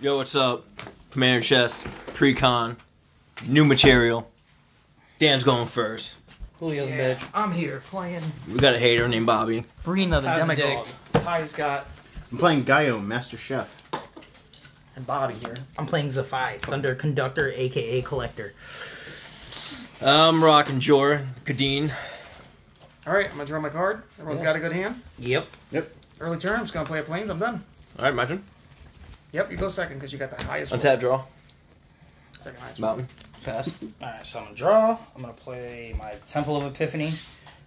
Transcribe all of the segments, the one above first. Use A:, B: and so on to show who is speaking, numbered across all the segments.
A: Yo, what's up? Commander Chess, pre-con, new material. Dan's going first.
B: Julio's
C: Yeah,
B: bitch.
C: I'm here playing
A: We got a hater named Bobby.
D: Brina the
C: Ty's a
D: demagogue.
C: dick. Ty's got
E: I'm playing Gaio, Master Chef.
D: And Bobby here. I'm playing Zafai, Thunder Conductor, aka Collector.
A: I'm rocking Jorah, Kadeen.
C: all right. I'm gonna draw my card. Everyone's got a good hand.
D: Yep.
E: Yep.
C: Early turn. I'm just gonna play a planes. I'm done.
A: All right, my turn.
C: Yep, you go second because you got the highest. one.
A: Untap, draw.
C: Second highest. one.
A: Mountain. Pass.
B: Alright, so I'm gonna draw. I'm gonna play my Temple of Epiphany.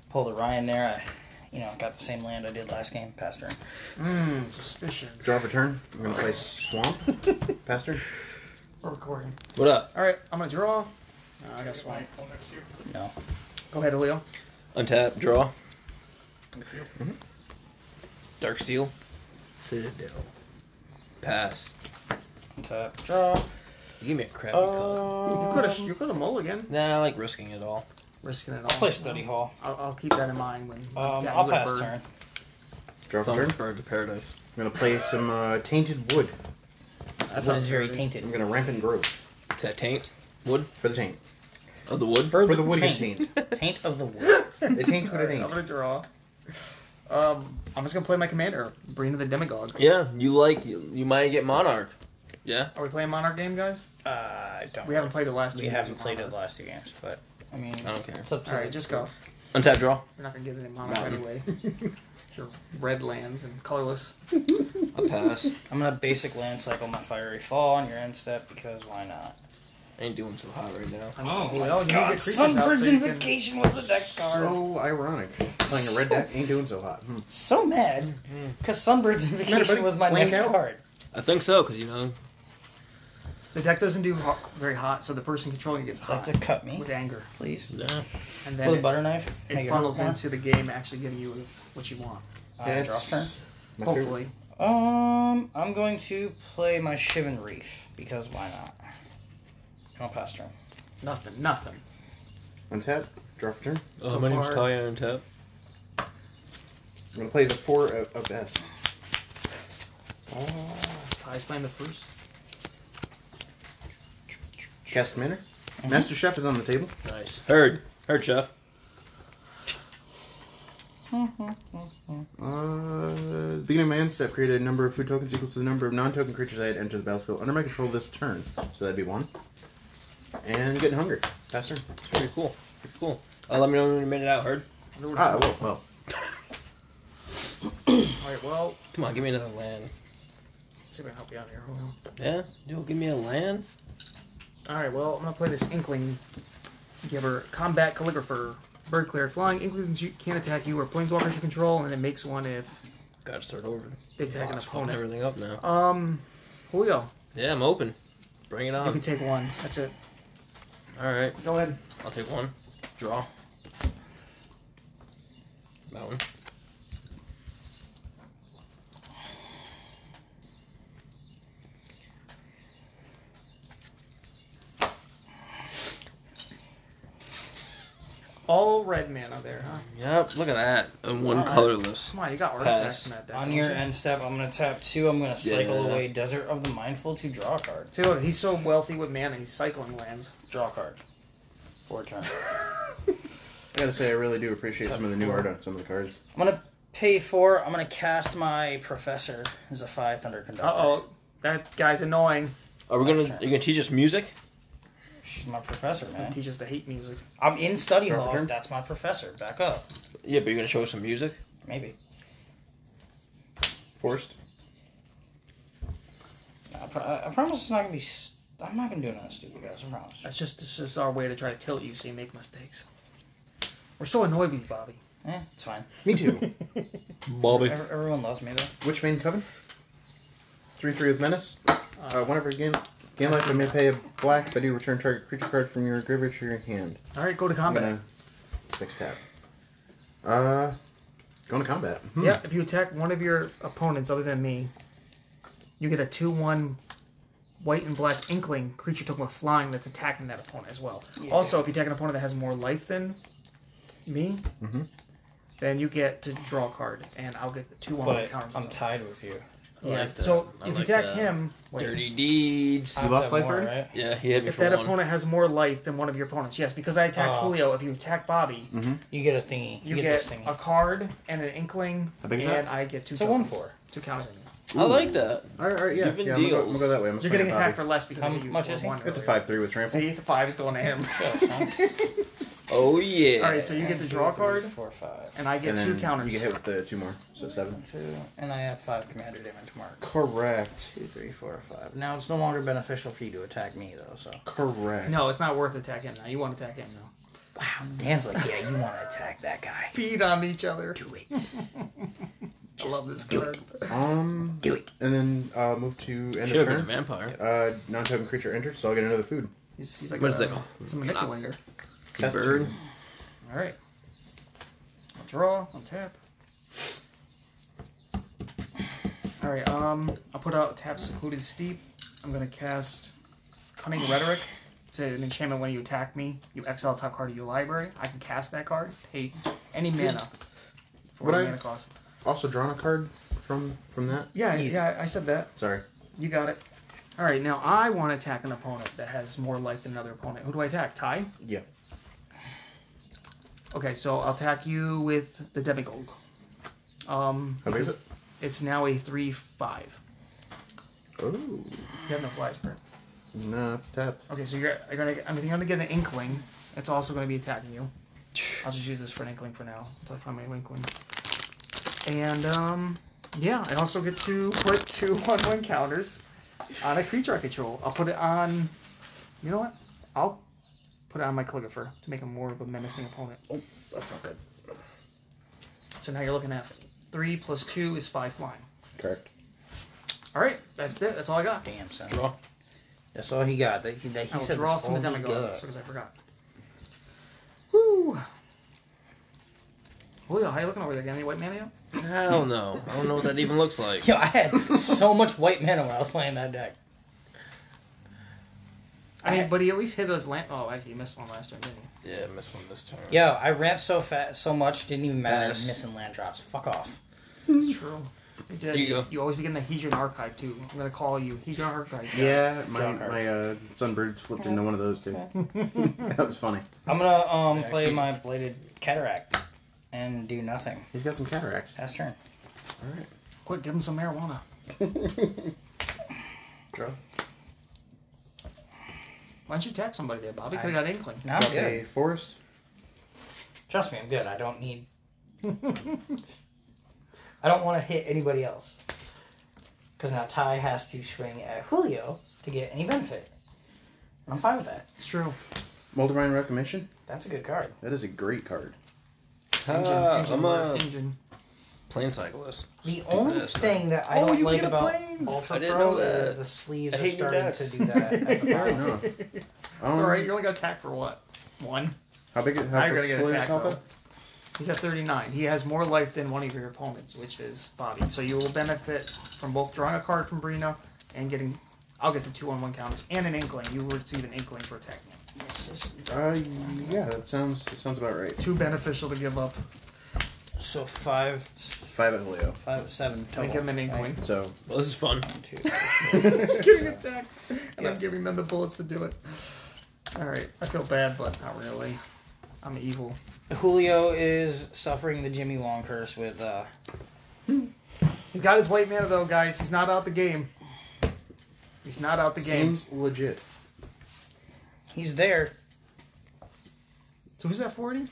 B: Pull the Ryan there. I, you know, got the same land I did last game. Past turn.
C: Mmm, suspicion.
E: Draw for turn. I'm gonna play Swamp. Pastor.
C: We're recording.
A: What up?
C: All right, I'm gonna draw. No, I got swamp.
B: No.
C: Go ahead, Julio.
A: Untap, draw. Mm-hmm. Dark Steel. Pass.
B: Tap. Draw.
A: You give me a crappy color.
B: Oh.
C: You could have. You could have mulligan.
A: Nah, I like risking it all.
C: Risking it all.
B: I'll play Study Hall.
C: I'll, I'll keep that in mind when. when
B: Um,
C: Daddy
B: I'll
C: with a
B: pass
C: bird.
B: turn.
E: Draw for
A: Some
E: turn.
A: Birds of Paradise.
E: I'm gonna play some uh, Tainted Wood.
C: That
D: Wood
C: sounds
D: is very
C: dirty.
D: tainted.
E: I'm gonna Rampant Growth
A: Is that taint? Wood?
E: for the taint.
A: Of the wood?
E: For the wood
B: taint.
E: taint.
B: Taint of the wood.
E: It taints what
C: All
E: it
C: right, I'm
E: ain't.
C: gonna draw. Um, I'm just gonna play my commander, Brina the Demagogue.
A: Yeah, you like, you, you might get Monarch. Yeah?
C: Are we playing Monarch game, guys?
B: Uh, I don't.
C: We haven't played it last.
B: We
C: two
B: haven't
C: games,
B: played it
C: Monarch.
B: the last two games, but I mean,
A: I don't care.
B: it's up to
C: All right,
B: the-
C: just go.
A: Untap, draw.
C: We're not gonna get any Monarch
A: Mountain.
C: anyway. Sure, red lands and colorless.
A: I pass.
B: I'm gonna basic land cycle my fiery fall on your end step because why not?
A: I ain't doing so hot right now.
C: I mean, well, you Oh, need to get creatures out
B: Sunbird's
C: so you can-
B: Invocation was the next card. So,
E: So ironic. Playing a red deck ain't doing so hot. Hmm.
B: mad because Sunbird's Invocation
E: buddy.
B: was my
E: Clean
B: next
E: out.
B: card.
A: I think so, because, you know,
C: The deck doesn't do ho- very hot, so the person controlling it gets
B: Like
C: hot
B: to cut me,
C: with anger,
B: please.
A: nah.
C: and
B: With a
C: then it,
B: butter knife.
C: it
B: Make hurt
C: funnels
B: more.
C: into the game actually giving you what you want.
B: Uh, draw
E: That's
B: turn.
E: my favorite.
C: Hopefully,
B: Um, I'm going to play my Shivan Reef because why not? And I'll pass turn.
C: nothing, nothing.
E: Untap. Draw for turn.
A: Oh,
C: So
A: my name's
C: far-
A: Kaya Untap.
E: I'm gonna play the four of, of S.
C: Ty's playing the first.
E: Cast Manor.
B: Mm-hmm.
E: Master Chef is on the table.
A: Nice. Heard. Heard, Chef.
E: Uh, the beginning of my end step created a number of food tokens equal to the number of non-token creatures I had entered the battlefield under my control this turn. So that'd be one. And getting hungry. Pass turn.
A: It's pretty cool. Pretty cool. Uh, let me know when you made it out, Heard.
C: All
E: Ah, well, well.
C: right, well,
A: Come on, give me another land.
C: see if I can help you out here. Hold on.
A: Yeah? You'll give me a land?
C: All right, well, I'm gonna play this Inkling Giver, Combat Calligrapher, Bird Clear, Flying. Inklings you- can attack you or Planeswalkers you control, and it makes one if
A: Gotta start over.
C: they attack an
A: Box, fucking
C: opponent.
A: everything up now.
C: Um, Julio,
A: Yeah, I'm open. Bring it
C: you
A: on.
C: can take one. That's it.
A: All right,
C: Go ahead.
A: I'll take one. Draw. Mountain.
C: All red mana there, huh?
A: Yep, look at that. And one
B: All right.
A: colorless.
C: Come on, you got artifacts
A: Pass.
C: in that deck.
B: On
C: don't
B: your
C: you?
B: end step, I'm gonna tap two. I'm gonna cycle
A: Yeah.
B: away Desert of the Mindful to draw a card.
C: See, look, he's so wealthy with mana, he's cycling lands.
B: Draw a card. For a turn.
E: I gotta say, I really do appreciate some of the new art on some of the cards.
B: I'm gonna pay four. I'm gonna cast my Professor Zephi Thunder Conductor.
C: Uh oh, that guy's annoying.
A: Are we
B: Nice
A: gonna?
B: turn.
A: You gonna teach us music?
B: She's my professor,
C: He
B: man.
C: teaches the hate music.
B: I'm in study
E: Draw a
B: hall.
E: turn.
B: That's my professor. Back up.
A: Yeah, but you're gonna show us some music.
B: Maybe.
E: Forced.
B: I, pro- I promise it's not gonna be. s I'm not gonna do another stupid guys. I promise.
C: That's just this is our way to try to tilt you so you make mistakes. We're so annoyed with you, Bobby.
B: Eh, it's fine.
E: Me too.
A: Bobby.
B: Ev- everyone loves me though.
E: Which main coven? Three three with menace. Uh, whenever again, game life, I may pay a black, but you return target creature card from your graveyard to your hand.
C: All right, go to
E: I'm
C: combat.
E: gonna next tab. Uh, going to combat. Hmm.
C: Yeah, if you attack one of your opponents other than me, you get a 2 1 white and black inkling creature token with flying that's attacking that opponent as well.
B: Yeah.
C: Also, if you attack an opponent that has more life than me,
B: Mm-hmm.
C: then you get to draw a card, and I'll get the 2 1
B: But
C: counter.
B: I'm tied with you.
C: yeah.
A: like that.
C: so
A: I
C: if you
A: like
C: attack
A: that.
C: him, wait,
A: Dirty deeds.
E: You lost life
B: more,
E: already?
B: right?
A: Yeah, he hit me
C: if
A: for
C: that
A: one.
C: opponent has more life than one of your opponents, yes, because I attacked
B: Oh.
C: Julio. If you attack Bobby,
B: You get a thingy. Mm. You,
C: you
B: get,
C: get
B: this thingy.
C: a card and an inkling,
E: How big is
C: and
E: that?
C: I get two.
B: It's a one
C: tokens.
B: four.
C: Two counters. on you.
A: I like that.
E: All right, all right, yeah,
A: Given
E: yeah. I'm gonna, go, I'm
A: deals.
E: gonna go that way. I'm gonna
C: You're
E: swing
C: getting
E: at
C: attacked for
E: Bobby.
C: less because
B: How
C: I gave you
B: much is he?
C: one
E: It's a
C: earlier.
E: five three with trample.
C: See, the five is going to him.
A: Oh yeah.
C: All right, so you get the draw card,
B: Four, five.
C: and I get
E: and
C: two
E: then
C: counters.
E: You get hit with the two more, so seven.
B: Two, and I have five commander damage mark.
E: Correct.
B: Two, three, four, five. Now it's no longer beneficial for you to attack me though. So
E: Correct.
C: No, it's not worth attacking now. You want to attack him now.
B: wow, Dan's like, yeah, you want to attack that guy?
C: Feed on each other.
B: Do it.
C: I love this card.
E: Um,
B: Do it.
E: and then uh, move to end
A: Should
E: of
A: have been a
E: turn.
A: vampire.
E: Uh, non-token creature entered, so I'll get another food.
C: He's, he's like
A: What is
C: a,
A: that called?
C: He's a manipulator.
E: Test.
A: Bird.
C: All right. I'll draw. I'll tap. All right. Um, I'll put out tap secluded steep. I'm gonna cast cunning rhetoric. It's an enchantment. When you attack me, you exile top card of your library. I can cast that card. Pay any mana for
E: Would
C: what
E: I-
C: mana cost.
E: Also drawn a card from from that.
C: Yeah,
B: Please.
C: yeah. I said that.
E: Sorry.
C: You got it. All right. Now I want to attack an opponent that has more life than another opponent. Who do I attack? Ty.
E: Yeah.
C: Okay, so I'll attack you with the demagogue. Um,
E: How big is it?
C: It's now a three five.
E: Oh,
C: You have no flies burn.
E: no, it's tapped.
C: Okay, so you're, you're gonna. I'm gonna get an inkling. It's also gonna be attacking you. I'll just use this for an inkling for now until I find my inkling. And um, yeah, I also get to put two one one counters on a creature I control. I'll put it on. You know what? I'll put it on my calligrapher to make him more of a menacing opponent. Oh,
E: That's not good.
C: so now you're looking at three plus two is five flying.
E: Correct.
C: All right, that's it. That's all I got.
B: Damn son.
A: Draw.
D: That's all he got. That, that he
C: I will
D: said
C: draw
D: was
C: from the
D: all he
C: demagogue
D: got.
C: because I forgot. Woo! Julio, how you looking over there? Got any white man yet?
A: Hell no. I don't know what that even looks like.
D: Yo, I had so much white mana when I was playing that deck.
C: I mean, but he at least hit his lamp. Oh, actually, he missed one last turn, didn't he?
A: Yeah, I missed one this time.
D: Yo, I ramped so fast, so much, didn't even matter.
A: Yes.
D: Missing land drops. Fuck off.
C: It's true. He did.
A: Here you go.
C: You always begin the Hedron Archive, too. I'm going to call you Hedron Archive. guy.
E: Yeah, my
D: Draw card.
E: my uh, sunbirds flipped into one of those too. that was funny.
B: I'm gonna um
D: Yeah,
B: play
D: keep-
B: my bladed cataract and do nothing.
E: He's got some cataracts.
B: Pass turn.
E: All right.
C: Quick, give him some marijuana.
E: Draw.
C: Why don't you attack somebody there, Bobby?
D: I-
C: Could have got Inkling.
D: No, I'm
E: Drop
D: good.
E: a forest.
D: Trust me, I'm good. I don't need. I don't want to hit anybody else. Because now Ty has to swing at Julio to get any benefit. I'm fine with that.
C: It's true.
E: Moldavine Recognition.
D: That's a good card.
E: That is a great card.
C: Engine,
A: Ah,
C: engine,
A: I'm
C: word,
A: a
C: engine.
A: plane cyclist.
D: The
A: Just do
D: only
A: this,
D: thing that I
C: Oh,
D: don't
C: you
D: like
C: get a
D: about
C: planes!
D: Ultra
A: I didn't
D: Pro
A: know
D: is
A: that.
D: the
A: I
D: sleeves are
A: hate your
D: starting
A: decks.
D: to do that. At the
E: Fair
D: bottom.
E: enough. Um,
C: It's alright, you're only going to attack for what? One?
E: How big? How
C: Now you're going
E: big
C: to
E: slow
C: get
E: is
C: attacked,
E: Alpha?
C: though. He's at 39. He has more life than one of your opponents, which is Bobby. So you will benefit from both drawing a card from Brina and getting. I'll get the two on one counters and an inkling. You will receive an inkling for attacking him.
D: It's just-
E: Uh, yeah, that sounds that sounds about right.
C: Too beneficial to give up.
D: So five,
E: Five at Julio.
D: five, seven total.
C: Make him an inkling.
E: So
A: Well, this is fun.
D: Two.
C: getting attacked, and I'm giving them the bullets to do it. All right. I feel bad, but not really. I'm evil.
D: Julio is suffering the Jimmy Wong curse with uh,
C: He got his white mana though, guys. He's not out the game. He's not out the game.
E: seems legit.
D: he's there.
C: So who's at 40?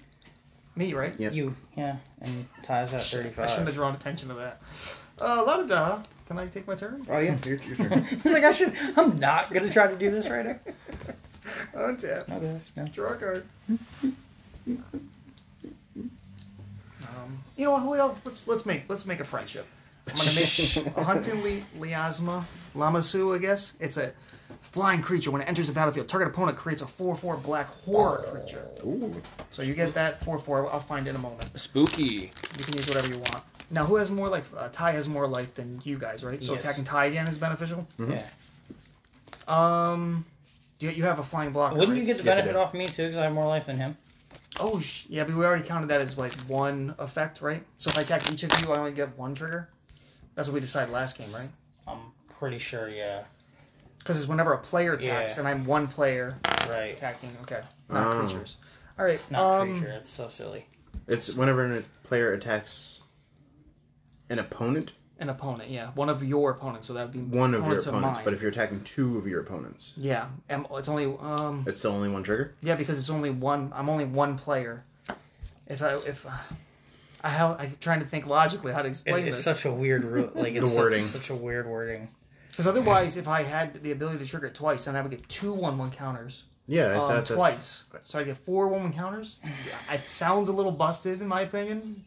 C: Me, right?
E: Yeah.
D: You, yeah, and ties at
C: I shouldn't
D: thirty-five.
C: have drawn attention to that. Uh, la da da. Can I take my turn?
E: Oh yeah, your, your turn.
D: He's like, I should. I'm not gonna try to do this right now.
C: Untap.
D: No, guys, no.
C: Oh, Draw a card. Um, you know what, Julio? Let's let's make let's make a friendship. I'm gonna make a hunting li- liasma lamasu. I guess it's a flying creature. When it enters the battlefield, target opponent creates a four-four black horror creature.
E: Ooh,
C: So you get that four-four. I'll find in a moment.
A: Spooky.
C: You can use whatever you want. Now, who has more life? Uh, Ty has more life than you guys, right? So
D: Yes.
C: attacking Ty again is beneficial.
D: Yeah.
C: Um, you, you have a flying blocker.
D: Wouldn't
C: right?
D: you get the
E: Yes, I
D: benefit
E: did.
D: off me too? Because I have more life than him.
C: Oh, sh- yeah, but we already counted that as like one effect, right? So if I attack each of you, I only get one trigger. That's what we decided last game, right?
B: I'm pretty sure, yeah.
C: Because it's whenever a player attacks,
B: Yeah.
C: and I'm one player
B: Right.
C: attacking. Okay, not
E: Oh.
C: creatures. All right,
B: Not
C: um,
B: creature. It's so silly.
E: It's whenever a player attacks an opponent,
C: an opponent. Yeah, one of your opponents. So that would be
E: one of your
C: opponents
E: opponents.
C: mine.
E: But if you're attacking two of your opponents,
C: yeah, am- it's only um,
E: it's still only one trigger.
C: Yeah, because it's only one. I'm only one player. If I if uh, I have, I'm trying to think logically how to
B: It-
C: explain
B: it's
C: this.
B: such a weird ru- like it's
E: The
B: such-
E: wording.
B: Such, a weird wording.
C: Because otherwise, if I had the ability to trigger it twice, then I would get two one-one counters
E: Yeah, I thought
C: um,
E: that's
C: twice. So I get four one-one counters. It sounds a little busted, in my opinion.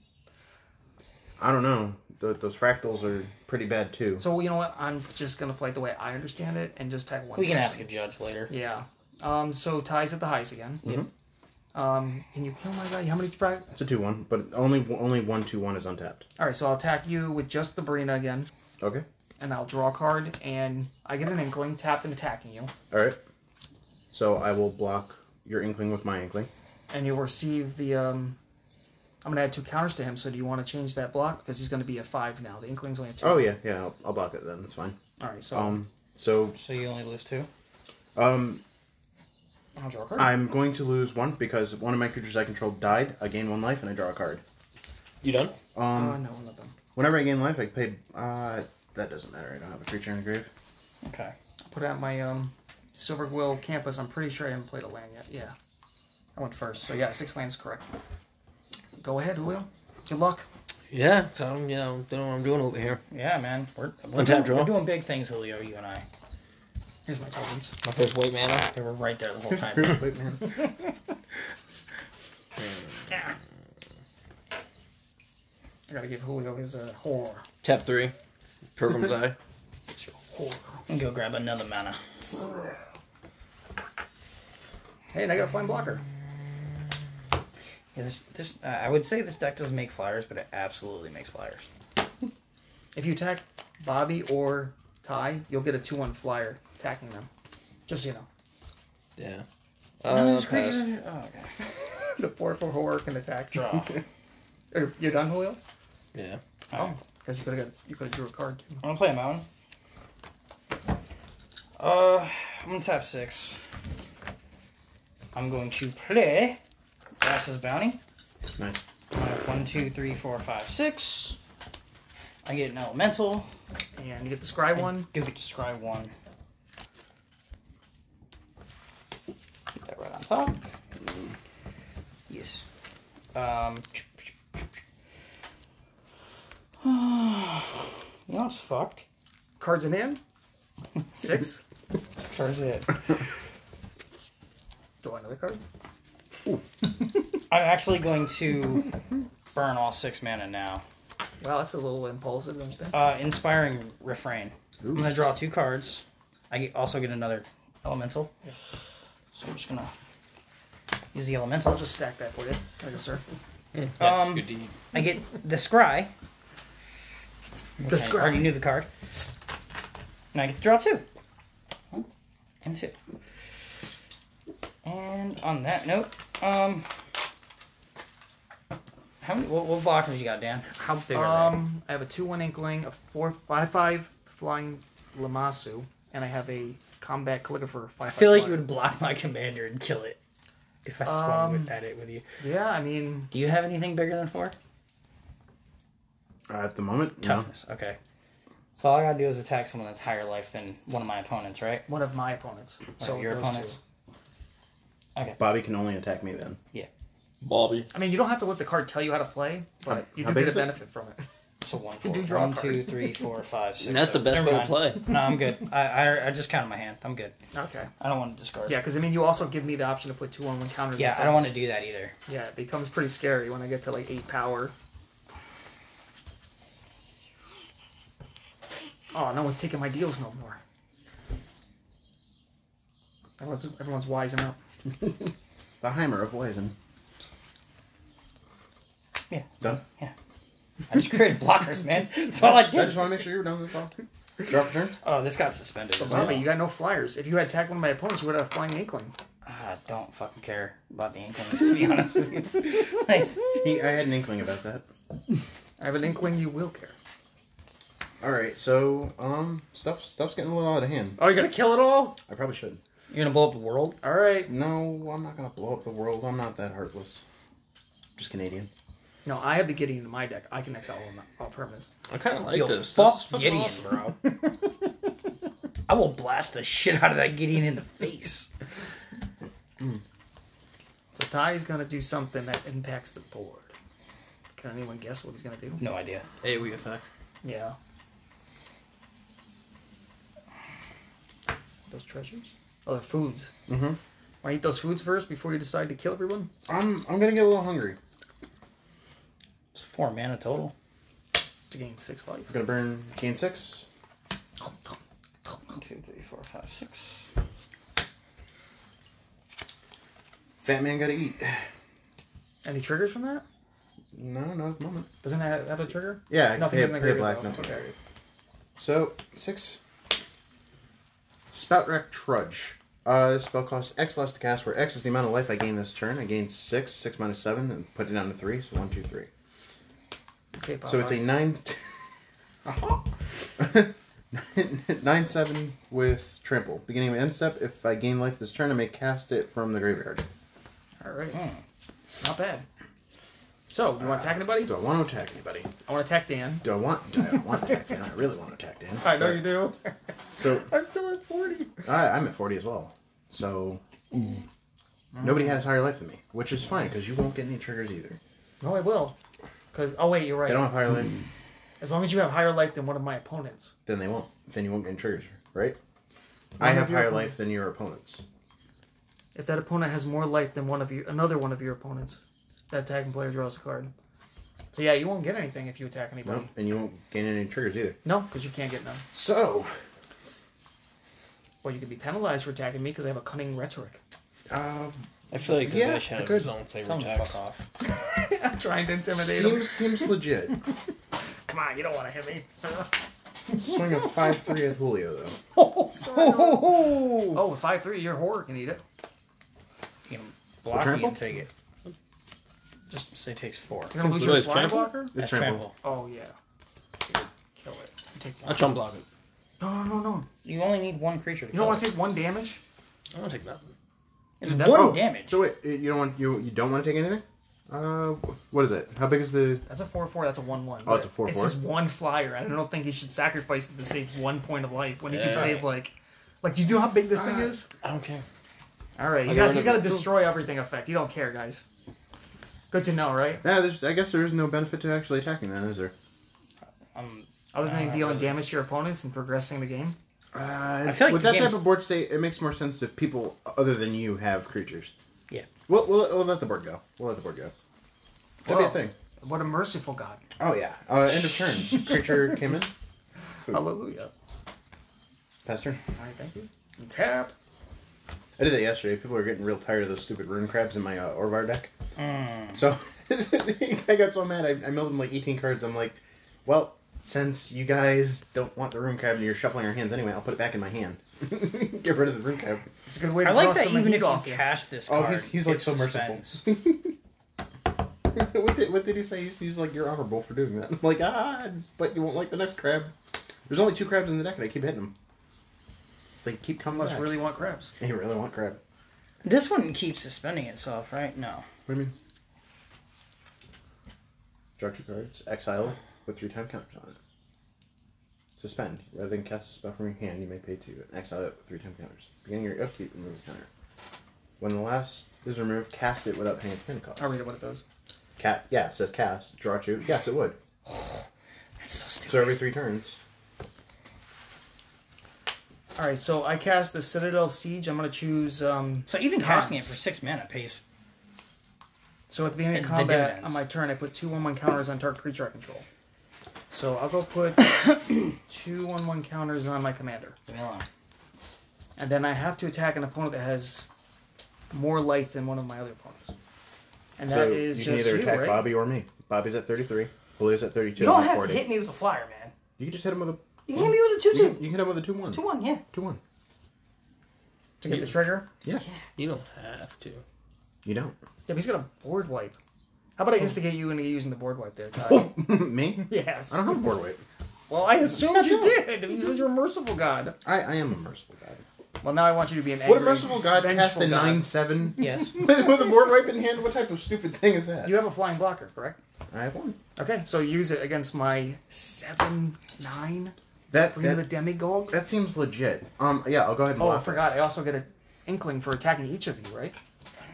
E: I don't know. Th- those fractals are pretty bad too.
C: So you know what? I'm just gonna play it the way I understand it and just tag one.
B: We can
C: person.
B: ask a judge later.
C: Yeah. Um. So ties at the highs again.
E: Mhm.
C: Um. Can you kill my guy? How many? Fra-
E: It's a two-one, but only only one two-one is untapped.
C: All right. So I'll attack you with just the Brina again.
E: Okay.
C: and I'll draw a card, and I get an inkling, tapped and attacking you,
E: All right. So I will block your inkling with my inkling.
C: and you'll receive the. Um, I'm gonna add two counters to him. So do you want to change that block because he's gonna be a five now? The inkling's only a two.
E: Oh yeah, yeah. I'll, I'll block it then. That's fine.
C: All right, so
E: Um. So
B: So you only lose two.
E: um,
C: I'll draw a card.
E: I'm going to lose one because one of my creatures I control died. I gain one life and I draw a card.
A: You done?
E: Um.
C: uh, no, one of them.
E: Whenever I gain life, I pay. Uh, that doesn't matter. I don't have a creature in the grave.
B: Okay.
C: Put out my um, Silver Quill campus. I'm pretty sure I haven't played a land yet. Yeah, I went first. So yeah, six lands correct. Go ahead, Julio. Good luck.
A: Yeah. So I'm, you know, doing what I'm doing over here.
B: Yeah, man. We're we're,
A: Untap
B: doing,
A: draw.
B: we're doing big things, Julio. You and I.
C: Here's my tokens.
A: My first white mana.
B: They were right there the whole time.
E: Wait, man.
C: I gotta give Julio his uh, horror.
A: Tap three. Pilgrim's Eye.
B: and go grab another mana.
C: Hey, and I got a fine blocker.
B: Yeah, this this uh, I would say this deck doesn't make flyers, but it absolutely makes flyers.
C: If you attack Bobby or Ty, you'll get a 2 1 flyer attacking them. Just so you know.
A: Yeah. Uh, pass.
B: Oh, okay.
C: The 4 4 horror can attack.
B: Draw.
C: Or, you're done, Julio?
A: Yeah.
B: Oh.
C: Because you could have got you could have drew a card too.
B: I'm gonna play a mountain. Uh, I'm gonna tap six. I'm going to play Grass's Bounty.
E: Nice.
B: I have one, two, three, four, five, six. I get an elemental.
C: And you get the scry one.
B: Give it describe one. Put that right on top. Yes. Um. you know what's fucked?
C: Cards in hand. Six.
B: Six cards ahead.
C: Draw another card.
B: I'm actually going to burn all six mana now.
C: Wow, that's a little impulsive, don't you think?
B: Uh, inspiring refrain.
E: Ooh.
B: I'm gonna draw two cards. I get- also get another elemental. So I'm just gonna use the elemental.
C: I'll just stack that for you. Thank you, sir.
A: Yes,
B: Um,
A: good deed.
B: I get the scry.
C: The
B: I already knew the card. And I get to draw two. One And two. And on that note, um, how many? What, what blockers you got, Dan? How big are they?
C: Um, I have a 2 1 Inkling, a 4 5 5 Flying Lamasu, and I have a Combat Calligrapher 5
B: I feel like you would block my commander and kill it if I swung
C: Um,
B: with, at it with you.
C: Yeah, I mean,
B: Do you have anything bigger than four?
E: Uh, at the moment, no.
B: Toughness. Okay. So all I gotta do is attack someone that's higher life than one of my opponents, right?
C: one of my opponents. So
B: Or your
C: those two.
B: opponents.
E: Bobby can only attack me then.
B: Yeah.
A: Bobby.
C: I mean, you don't have to let the card tell you how to play, but you
E: how
C: do get
E: big
C: a
E: is it?
C: benefit from it.
B: So one, four,
C: do draw a
B: one,
C: card.
B: two, three, four, five, six,
A: And that's the
B: seven.
A: best
B: Never
A: way to
B: mind.
A: play.
B: No, I'm good. I, I I just counted my hand. I'm good.
C: Okay.
B: I don't want to discard.
C: Yeah, because I mean, you also give me the option to put two on one counters.
B: Yeah,
C: and
B: I don't want to do that either.
C: something. Yeah, it becomes pretty scary when I get to like eight power. Oh, no one's taking my deals no more. Everyone's, everyone's wising up.
E: The Heimer of Wizen.
B: Yeah.
E: Done.
B: I just created blockers, man. That's all Oh, I
E: I just
B: did.
E: want to make sure you were done with all. Drop your turn.
B: Oh, this got suspended. as
C: Bobby,
B: well.
C: you got no flyers. If you had attacked one of my opponents, you would have a flying inkling.
B: Ah, I don't fucking care about the inklings, to be honest with you. Like,
E: He, I had an inkling about that.
C: I have an inkling you will care.
E: All right, so um, stuff stuff's getting a little out of hand.
C: Oh, you're gonna kill it all?
E: I probably should.
B: You're gonna blow up the world?
C: All right.
E: No, I'm not gonna blow up the world. I'm not that heartless. Just Canadian.
C: No, I have the Gideon in my deck. I can exile all, my, all permanents.
A: I kind of like
B: Yo,
A: this.
B: fuck
A: this is fucking
B: Gideon,
A: awesome.
B: bro. I will blast the shit out of that Gideon in the face.
C: So Ty is gonna do something that impacts the board. Can anyone guess what he's gonna do?
B: No idea.
A: AoE effect.
C: Yeah. Those treasures? Oh, the foods.
E: Mhm.
C: Wanna eat those foods first before you decide to kill everyone?
E: I'm I'm gonna get a little hungry.
B: It's four mana total.
C: To gain six
E: I'm
C: life.
E: gonna burn gain six.
B: One, two, three, four, five, six.
E: Fat man gotta eat.
C: Any triggers from that?
E: No, not at the moment.
C: Doesn't that have a trigger?
E: Yeah,
C: Nothing
E: pay,
C: in the
E: pay
C: graveyard,
E: black,
C: though.
E: nothing.
C: Okay.
E: So six. Spout rack trudge. Uh, this spell costs X less to cast, where X is the amount of life I gain this turn. I gain six, six minus seven, and put it down to three. So one, two, three.
C: Okay,
E: So it's a nine, nine seven with trample. Beginning of end step. If I gain life this turn, I may cast it from the graveyard.
C: Alright. Not bad. So, you wanna attack anybody?
E: Do I want to attack anybody?
C: I wanna attack Dan.
E: Do I want? Do I want to attack Dan? I really want to attack Dan.
C: I know you do.
E: So
C: I'm still at 40.
E: I, I'm at forty as well. So nobody has higher life than me, which is fine because you won't get any triggers either.
C: No, I will. Cause oh wait, you're
E: They don't
C: right.
E: have higher life,
C: As long as you have higher life than one of my opponents.
E: then they won't. Then you won't get any triggers, right? I
C: of
E: have
C: your
E: higher
C: opponent-
E: life than your opponents.
C: If that opponent has more life than one of you, another one of your opponents, that attacking player draws a card. So yeah, you won't get anything if you attack anybody.
E: No, and you won't gain any triggers either.
C: No, because you can't get none.
E: So
C: Well, you could be penalized for attacking me because I have a cunning rhetoric.
E: Um,
A: I feel like
E: Yeah,
A: Kavesh had
E: I could.
A: his own flavor
B: Tell him to
A: text.
B: fuck off.
C: I'm trying to intimidate him.
E: seems seems legit.
C: Come on, you don't want to hit me. sir.
E: Swing a five three at Julio though.
C: oh, sorry.
B: Oh,
C: oh, five three. Your horror can eat it.
B: you can block me
E: Trample?
B: and take it.
A: Just say it takes four.
C: You're gonna lose
A: So
C: your
A: it's
C: fly
A: trample?
C: blocker.
E: It's
B: That's
E: trample.
C: Oh yeah. Kill it. Take
A: I'll
C: one.
A: chump block it.
C: No, no, no, no.
B: You only need one creature. To
C: You don't want
B: to
C: to take one damage.
A: I don't take nothing.
B: It's
C: That-
B: one
C: oh,
B: damage.
E: So wait, you you don't want you you don't want to take anything? Uh, what is it? How big is the?
C: That's a four four. That's a one one.
E: Oh, it's a 4-4?
C: It's just one flyer. I don't think he should sacrifice it to save one point of life when he
A: Yeah.
C: can save like, like. Do you know how big this thing is?
A: I don't care.
C: All right, he's
A: got
C: got
A: rid
C: he's
A: of
C: got to
A: it.
C: destroy everything effect. You don't care, guys. Good to know, right?
E: Yeah, there's, I guess there is no benefit to actually attacking then, is there?
B: Um,
C: Other than
B: not
C: dealing
B: really.
C: damage to your opponents and progressing the game.
E: Uh,
B: I feel like
E: with
B: the
E: that type
B: game's-
E: of board state, it makes more sense if people other than you have creatures.
B: yeah.
E: We'll, we'll, we'll let the board go. We'll let the board go. That'd
C: Whoa.
E: be a thing.
C: What a merciful God!
E: Oh yeah. Uh, end of turn. Creature came in.
C: Hallelujah!
E: Pass turn.
C: All right, thank you. And tap.
E: I did that yesterday. People are getting real tired of those stupid rune crabs in my uh, Orvar deck. So I got so mad. I, I mailed them like 18 cards. I'm like, well, since you guys don't want the rune crab and you're shuffling your hands anyway, I'll put it back in my hand. Get rid of the rune crab.
C: It's a good way to
B: I
C: draw
B: like that
C: some
B: even
C: heat
B: if
C: off
B: you
C: you.
B: cast this
E: Oh,
B: card.
E: he's- he's, like,
B: it
E: so merciful.
B: suspends.
E: what, did, what did he say? He's, he's like, you're honorable for doing that. I'm like, ah, but you won't like the next crab. There's only two crabs in the deck and I keep hitting them. They keep coming
C: Unless
E: back.
C: you really want crabs.
E: And you really want crab.
B: This one keeps suspending itself, right? No.
E: What do you mean? Draw two cards, exile with three time counters on it. Suspend. Rather than cast a spell from your hand, you may pay two and exile it with three time counters. Beginning your upkeep, remove a counter. When the last is removed, cast it without paying its pin cost.
C: I'll read what it does.
E: Cat, yeah, it says cast. Draw two. Yes, it would.
B: That's so stupid.
E: So every three turns.
C: All right, so I cast the Citadel Siege. I'm gonna choose. um
B: So even casting it
C: Cons.
B: for six mana pays.
C: So at the beginning of
B: The
C: combat
B: dividends.
C: on my turn, I put two one-one counters on target creature I control. So I'll go put two one-one counters on my commander,
B: Leave me alone.
C: and then I have to attack an opponent that has more life than one of my other opponents. And that
E: so
C: is
E: you can
C: just
E: either
C: you,
E: attack
C: right?
E: Bobby or me. Bobby's at 33. Julio's at 32.
D: You don't
E: I'm at
D: have
E: 40.
D: to hit me with a flyer, man.
E: You can just hit him with a.
D: You can hit me with a two
E: You
D: two,
E: can, you can hit him with a 2 1.
D: two one, yeah.
E: 2 1.
C: to get the trigger.
E: Yeah.
A: You don't have to.
E: You don't.
C: Yeah, but he's got a board wipe. How about I instigate you into using the board wipe there? Ty?
E: me?
C: yes.
E: I don't have a board wipe.
C: Well, I assumed you did. Because you're a merciful god.
E: I, I am a merciful god.
C: Well, now I want you to be an angry,
E: What a merciful god cast
C: vengeful
E: a
C: god.
E: nine seven
B: Yes.
E: with a board wipe in hand. What type of stupid thing is that?
C: You have a flying blocker, correct?
E: I have one.
C: Okay, so use it against my seven nine.
E: That
C: Bring the
E: that,
C: demigod.
E: that seems legit. Um, yeah, I'll go ahead and.
C: Oh, I
E: block that.
C: forgot. I also get an inkling for attacking each of you, right?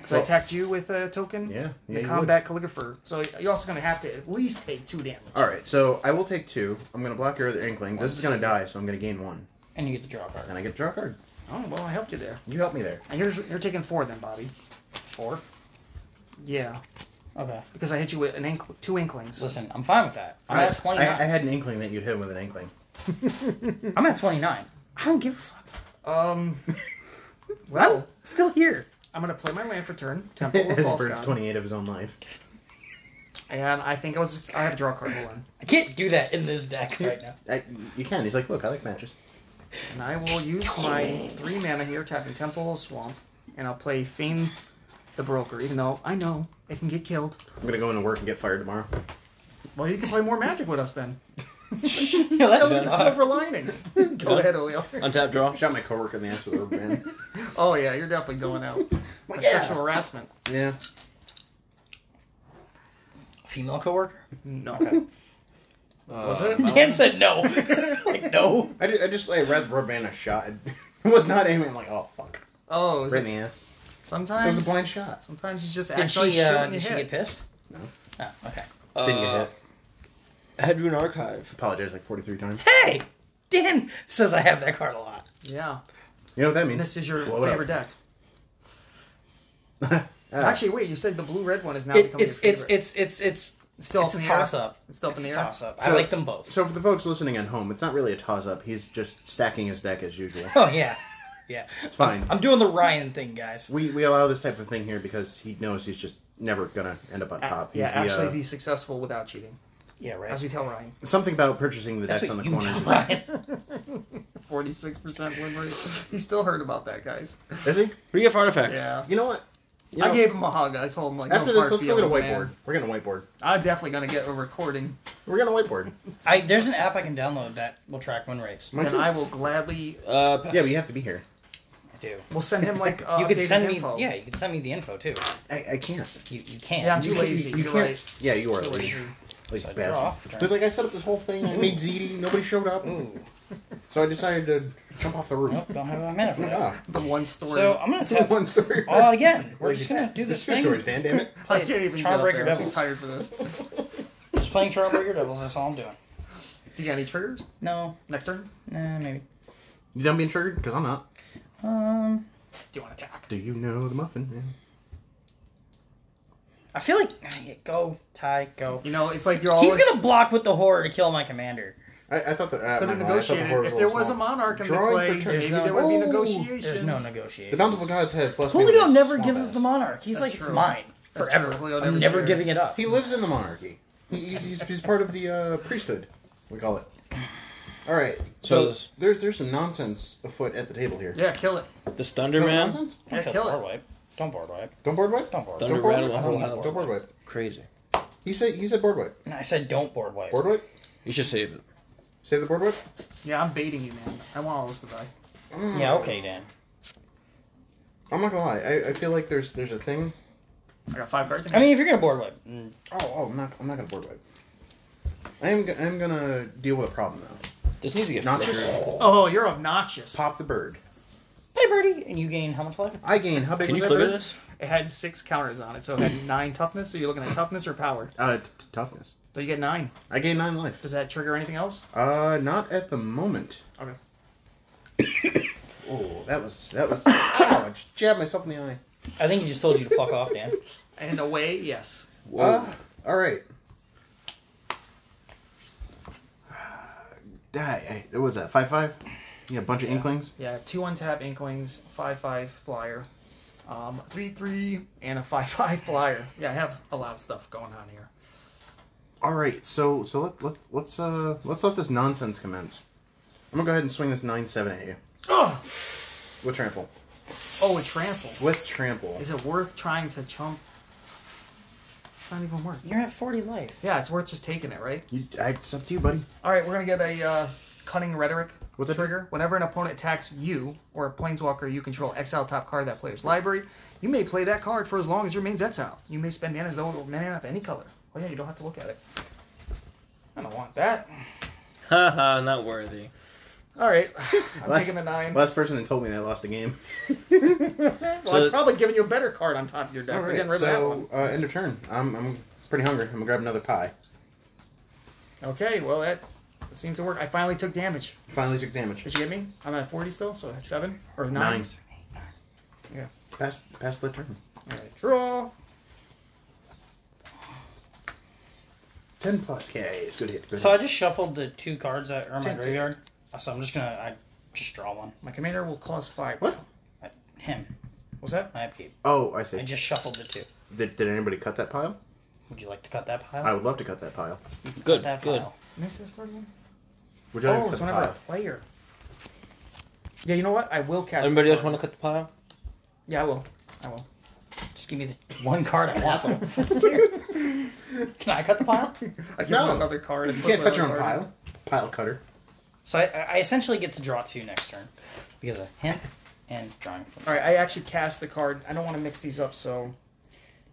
C: Because I
E: Well-
C: attacked you with a token.
E: Yeah, yeah,
C: the
E: you would.
C: combat calligrapher. So you're also going to have to at least take two damage.
E: All right, so I will take two. I'm gonna block your other inkling. This is gonna die, so I'm gonna gain one,
B: And you get the draw card.
E: and I get to draw a card.
C: Oh well, I helped you there.
E: You help me there.
C: And you're you're taking four then, Bobby.
B: Four.
C: Yeah,
B: Okay.
C: because I hit you with an inkl- two inklings.
B: Listen, I'm fine with that. I'm
E: I,
B: at
E: I,
B: 29.
E: I had an inkling that you'd hit him with an inkling.
B: I'm at 29. I don't give a fuck.
C: Um. Well,
B: Still here.
C: I'm gonna play my land for turn, Temple of
E: As he
C: Oh, False
E: burns
C: God,
E: 28 of his own life.
C: and I think I was I have a draw card hold on,
B: I can't do that in this deck right now.
E: I, you can. He's like, look, I like matches.
C: and I will use my three mana here, tapping Temple of Swamp, and I'll play Fiend, the Broker, even though I know it can get killed.
E: I'm gonna go into work and get fired tomorrow.
C: Well, you can play more Magic with us then.
B: No, that's
C: Look at the
E: Uh-huh.
C: silver lining. Go ahead, Olio.
A: Untap draw.
E: Shot my coworker in the ass with a rubber band.
C: Oh yeah, you're definitely going out. That's
E: Yeah.
C: Sexual harassment.
E: yeah.
B: Female coworker?
C: No.
A: Was
C: it?
B: Dan said no. like, no.
E: I, ju- I just like read the rubber band. I shot. It was not aiming. I'm like, oh fuck.
C: Oh, is
E: Right in
C: it,
E: the ass. It
C: sometimes
E: was a blind shot.
C: sometimes you just
B: Did
C: actually
B: she,
C: shoot
B: uh,
C: and you
B: did she get
C: hit.
B: pissed?
E: No.
B: Oh, okay.
E: Didn't get hit.
A: Hedron Uh, Archive.
E: Apologize like 43 times.
B: Hey! Dan says I have that card a lot.
C: yeah.
E: You know what that means?
C: This is your
E: Blow it up.
C: favorite deck.
E: Ah.
C: Actually, wait. You said the blue red one is now
B: It,
C: becoming
B: it's,
C: your
B: it's,
C: favorite.
B: it's, it's, it's,
C: still
B: it's
C: up
B: a
C: in the air.
B: toss up.
C: It's still up in the air.
B: toss up. I
E: So-
B: like them both.
E: So for the folks listening at home, it's not really a toss-up. He's just stacking his deck as usual.
B: Oh, yeah. Yeah.
E: It's fine.
B: I'm doing the Ryan thing, guys.
E: We we allow this type of thing here because he knows he's just never gonna end up on
C: A-
E: top. He's
C: yeah,
E: the,
C: actually
E: uh,
C: be successful without cheating,
B: Yeah, right.
C: as we tell Ryan.
E: something about purchasing the
B: That's
E: decks
B: what
E: on
B: you
E: the corners.
B: tell
E: is-
B: Ryan.
C: Forty-six percent win rate. He still heard about that, guys.
E: Is he?
A: What do you get for artifacts?
C: Yeah.
E: You know what? You
C: I
E: know,
C: gave him a hug. I told him like
E: after
C: no
E: this,
C: hard
E: let's go get a
C: feelings,
E: whiteboard.
C: man.
E: We're getting a whiteboard.
C: I'm definitely gonna get a recording,
E: We're getting a whiteboard.
B: I, there's an app I can download that will track win rates.
E: Am I
C: and
E: cool?
C: I will gladly.
A: Uh, pass.
E: Yeah, but you have to be here.
B: I do.
C: We'll send him like uh,
B: you could
C: updated
B: send me,
C: info.
B: yeah, you could send me the info too.
E: I, I can't.
B: You, you can.
C: Yeah, I'm
B: you
C: too lazy.
E: You
C: You're
E: can't.
C: right.
E: Yeah, you are
C: Too
E: late.
C: lazy.
E: Late
B: I
E: bastard.
B: draw for turn.
E: It's like I set up this whole thing. I made ZD. Nobody showed up.
B: Ooh,
E: So I decided to jump off the roof.
B: nope, don't have that mana for that.
E: Yeah.
C: The one story.
B: So I'm gonna tap
E: One story.
B: all out again. Oh, We're
E: Like,
B: just gonna do this
E: it's two
B: thing.
E: stories, Dan. Damn it.
C: I can't even get up
B: Charmbreaker
C: there. I'm too
B: Devils.
C: tired for this. Do
B: Just playing Charmbreaker Devils. That's all I'm doing.
C: you got any triggers
B: No,
C: next turn?
B: nah, maybe.
E: You done being triggered? Because I'm not.
B: Um,
C: Do you want to attack?
E: Do you know the muffin? Man?
B: I feel like yeah, go Ty, go.
C: You know, it's like you're always.
B: He's gonna block with the horror to kill my commander.
E: I, I thought that. Uh,
C: could have
E: my bad, I thought the
C: negotiated.
E: horror
C: If there was a
E: small.
C: monarch in the
E: Drawing for
C: play,
E: turn.
C: maybe
B: There's no-
C: there would be
B: Ooh,
C: negotiations.
B: There's no
E: The
B: negotiation.
E: bountiful gods had plus.
B: Julio
E: one
B: never
E: small
B: gives
E: battles.
B: up the monarch. He's
C: That's
B: like it's
C: true.
B: mine
C: That's
B: forever.
C: true. Julio
B: I'm
C: never
B: never
C: shares.
B: giving it up.
E: He lives in the monarchy. He- He's, he's, he's part of the uh, priesthood. We call it. All right. So,
A: So this-
E: there's there's some nonsense afoot at the table here.
C: Yeah, kill it.
A: This
E: Don't-
A: Thunderman.
E: nonsense?
C: Yeah,
B: Okay,
C: kill
B: board
C: it.
B: wipe. Don't board wipe.
E: Don't board wipe.
B: Don't board.
A: Thunder
E: Don't board
A: rattle
E: wipe.
A: the whole
E: Don't
A: house.
E: Don't board wipe.
A: Crazy.
E: He said he said board wipe.
B: wipe. I said don't board wipe.
E: Board wipe.
A: You should save it.
E: Say the board wipe.
C: Yeah, I'm baiting you, man. I want all this to die.
B: Yeah, okay, Dan.
E: I'm not gonna lie. I, I feel like there's there's a thing.
C: I got five cards. In
B: I mean, if you're gonna board wipe, mm,
E: Oh oh I'm not I'm not gonna board wipe. I am go- I'm gonna deal with a problem though.
A: This needs to get
E: Not
A: flipped.
E: just
C: oh, you're obnoxious.
E: pop the bird.
B: play birdie, and you gain how much life?
E: I gain. How big
A: Can
E: was
A: you
E: that
A: flicker
E: bird?
A: this?
C: It had six counters on it, so it had nine toughness. So you're looking at toughness or power.
E: Uh, t- t- toughness.
C: So you get nine.
E: I gain nine life.
C: Does that trigger anything else?
E: Uh, not at the moment.
C: Okay.
E: Oh, that was that was. Ow! I just jabbed myself in the eye.
B: I think he just told you to fuck off, Dan.
C: And away, yes.
A: Whoa.
E: Uh, all right. Die. What was that? Five five. Yeah, a bunch of inklings.
C: Yeah, two untap inklings, five five flyer, um, three three, and a five five flyer. Yeah, I have a lot of stuff going on here.
E: All right. So so let let let's uh let's let this nonsense commence. I'm gonna go ahead and swing this nine seven at you
C: Oh,
E: with trample.
C: oh, a trample.
E: With trample.
C: Is it worth trying to chump? It's not even worth.
B: You're at 40 life.
C: Yeah, it's worth just taking it, right?
E: You, I, it's up to you, buddy.
C: All right, we're gonna get a uh, cunning rhetoric
E: What's that do?
C: trigger. Whenever an opponent attacks you or a planeswalker you control, exile top card of that player's library. You may play that card for as long as it remains exiled. You may spend mana as though it were mana of any color. Oh yeah, you don't have to look at it.
B: I don't want that.
A: Haha, not worthy.
C: All right, I'm
E: Last-
C: taking the nine.
E: Last person that told me that lost the game.
C: Well,
A: So-
C: I've probably given you a better card on top of your deck. We're getting rid of that one.
E: so uh, end of turn. I'm, I'm pretty hungry. I'm gonna grab another pie.
C: Okay, well that seems to work. I finally took damage.
E: Finally took damage.
C: Did you get me? I'm at 40 still, so seven or nine.
E: Nine.
C: Yeah.
E: Pass, pass the turn.
C: All right, draw.
E: Ten plus K. It's good hit. Good
B: So I
E: hit.
B: just shuffled the two cards that are in my
E: Ten, ten.
B: graveyard. So I'm just gonna I just draw one.
C: My commander will cause five.
E: What?
B: Him.
C: What's that?
B: I upkeep.
E: Oh, I see.
B: I just shuffled the two.
E: Did, did anybody cut that pile?
B: Would you like to cut that pile?
E: I would love to cut that pile.
A: Good,
B: Cut that
A: good.
B: pile.
C: Miss this first one?
E: Would you like
C: Oh,
E: to
C: it's
E: cut the
C: whenever a
E: pile?
C: player. Yeah, you know what? I will cast.
A: Anybody else want to cut the pile?
C: Yeah, I will. I will.
B: Just give me the one card I want.
C: Awesome.
B: Can I cut the pile?
C: I give
E: No.
C: him another card.
E: You can't touch your own pile. Pile cutter.
B: So I, I essentially get to draw two next turn because of him and drawing from.
C: All right, I actually cast the card. I don't want to mix these up, so.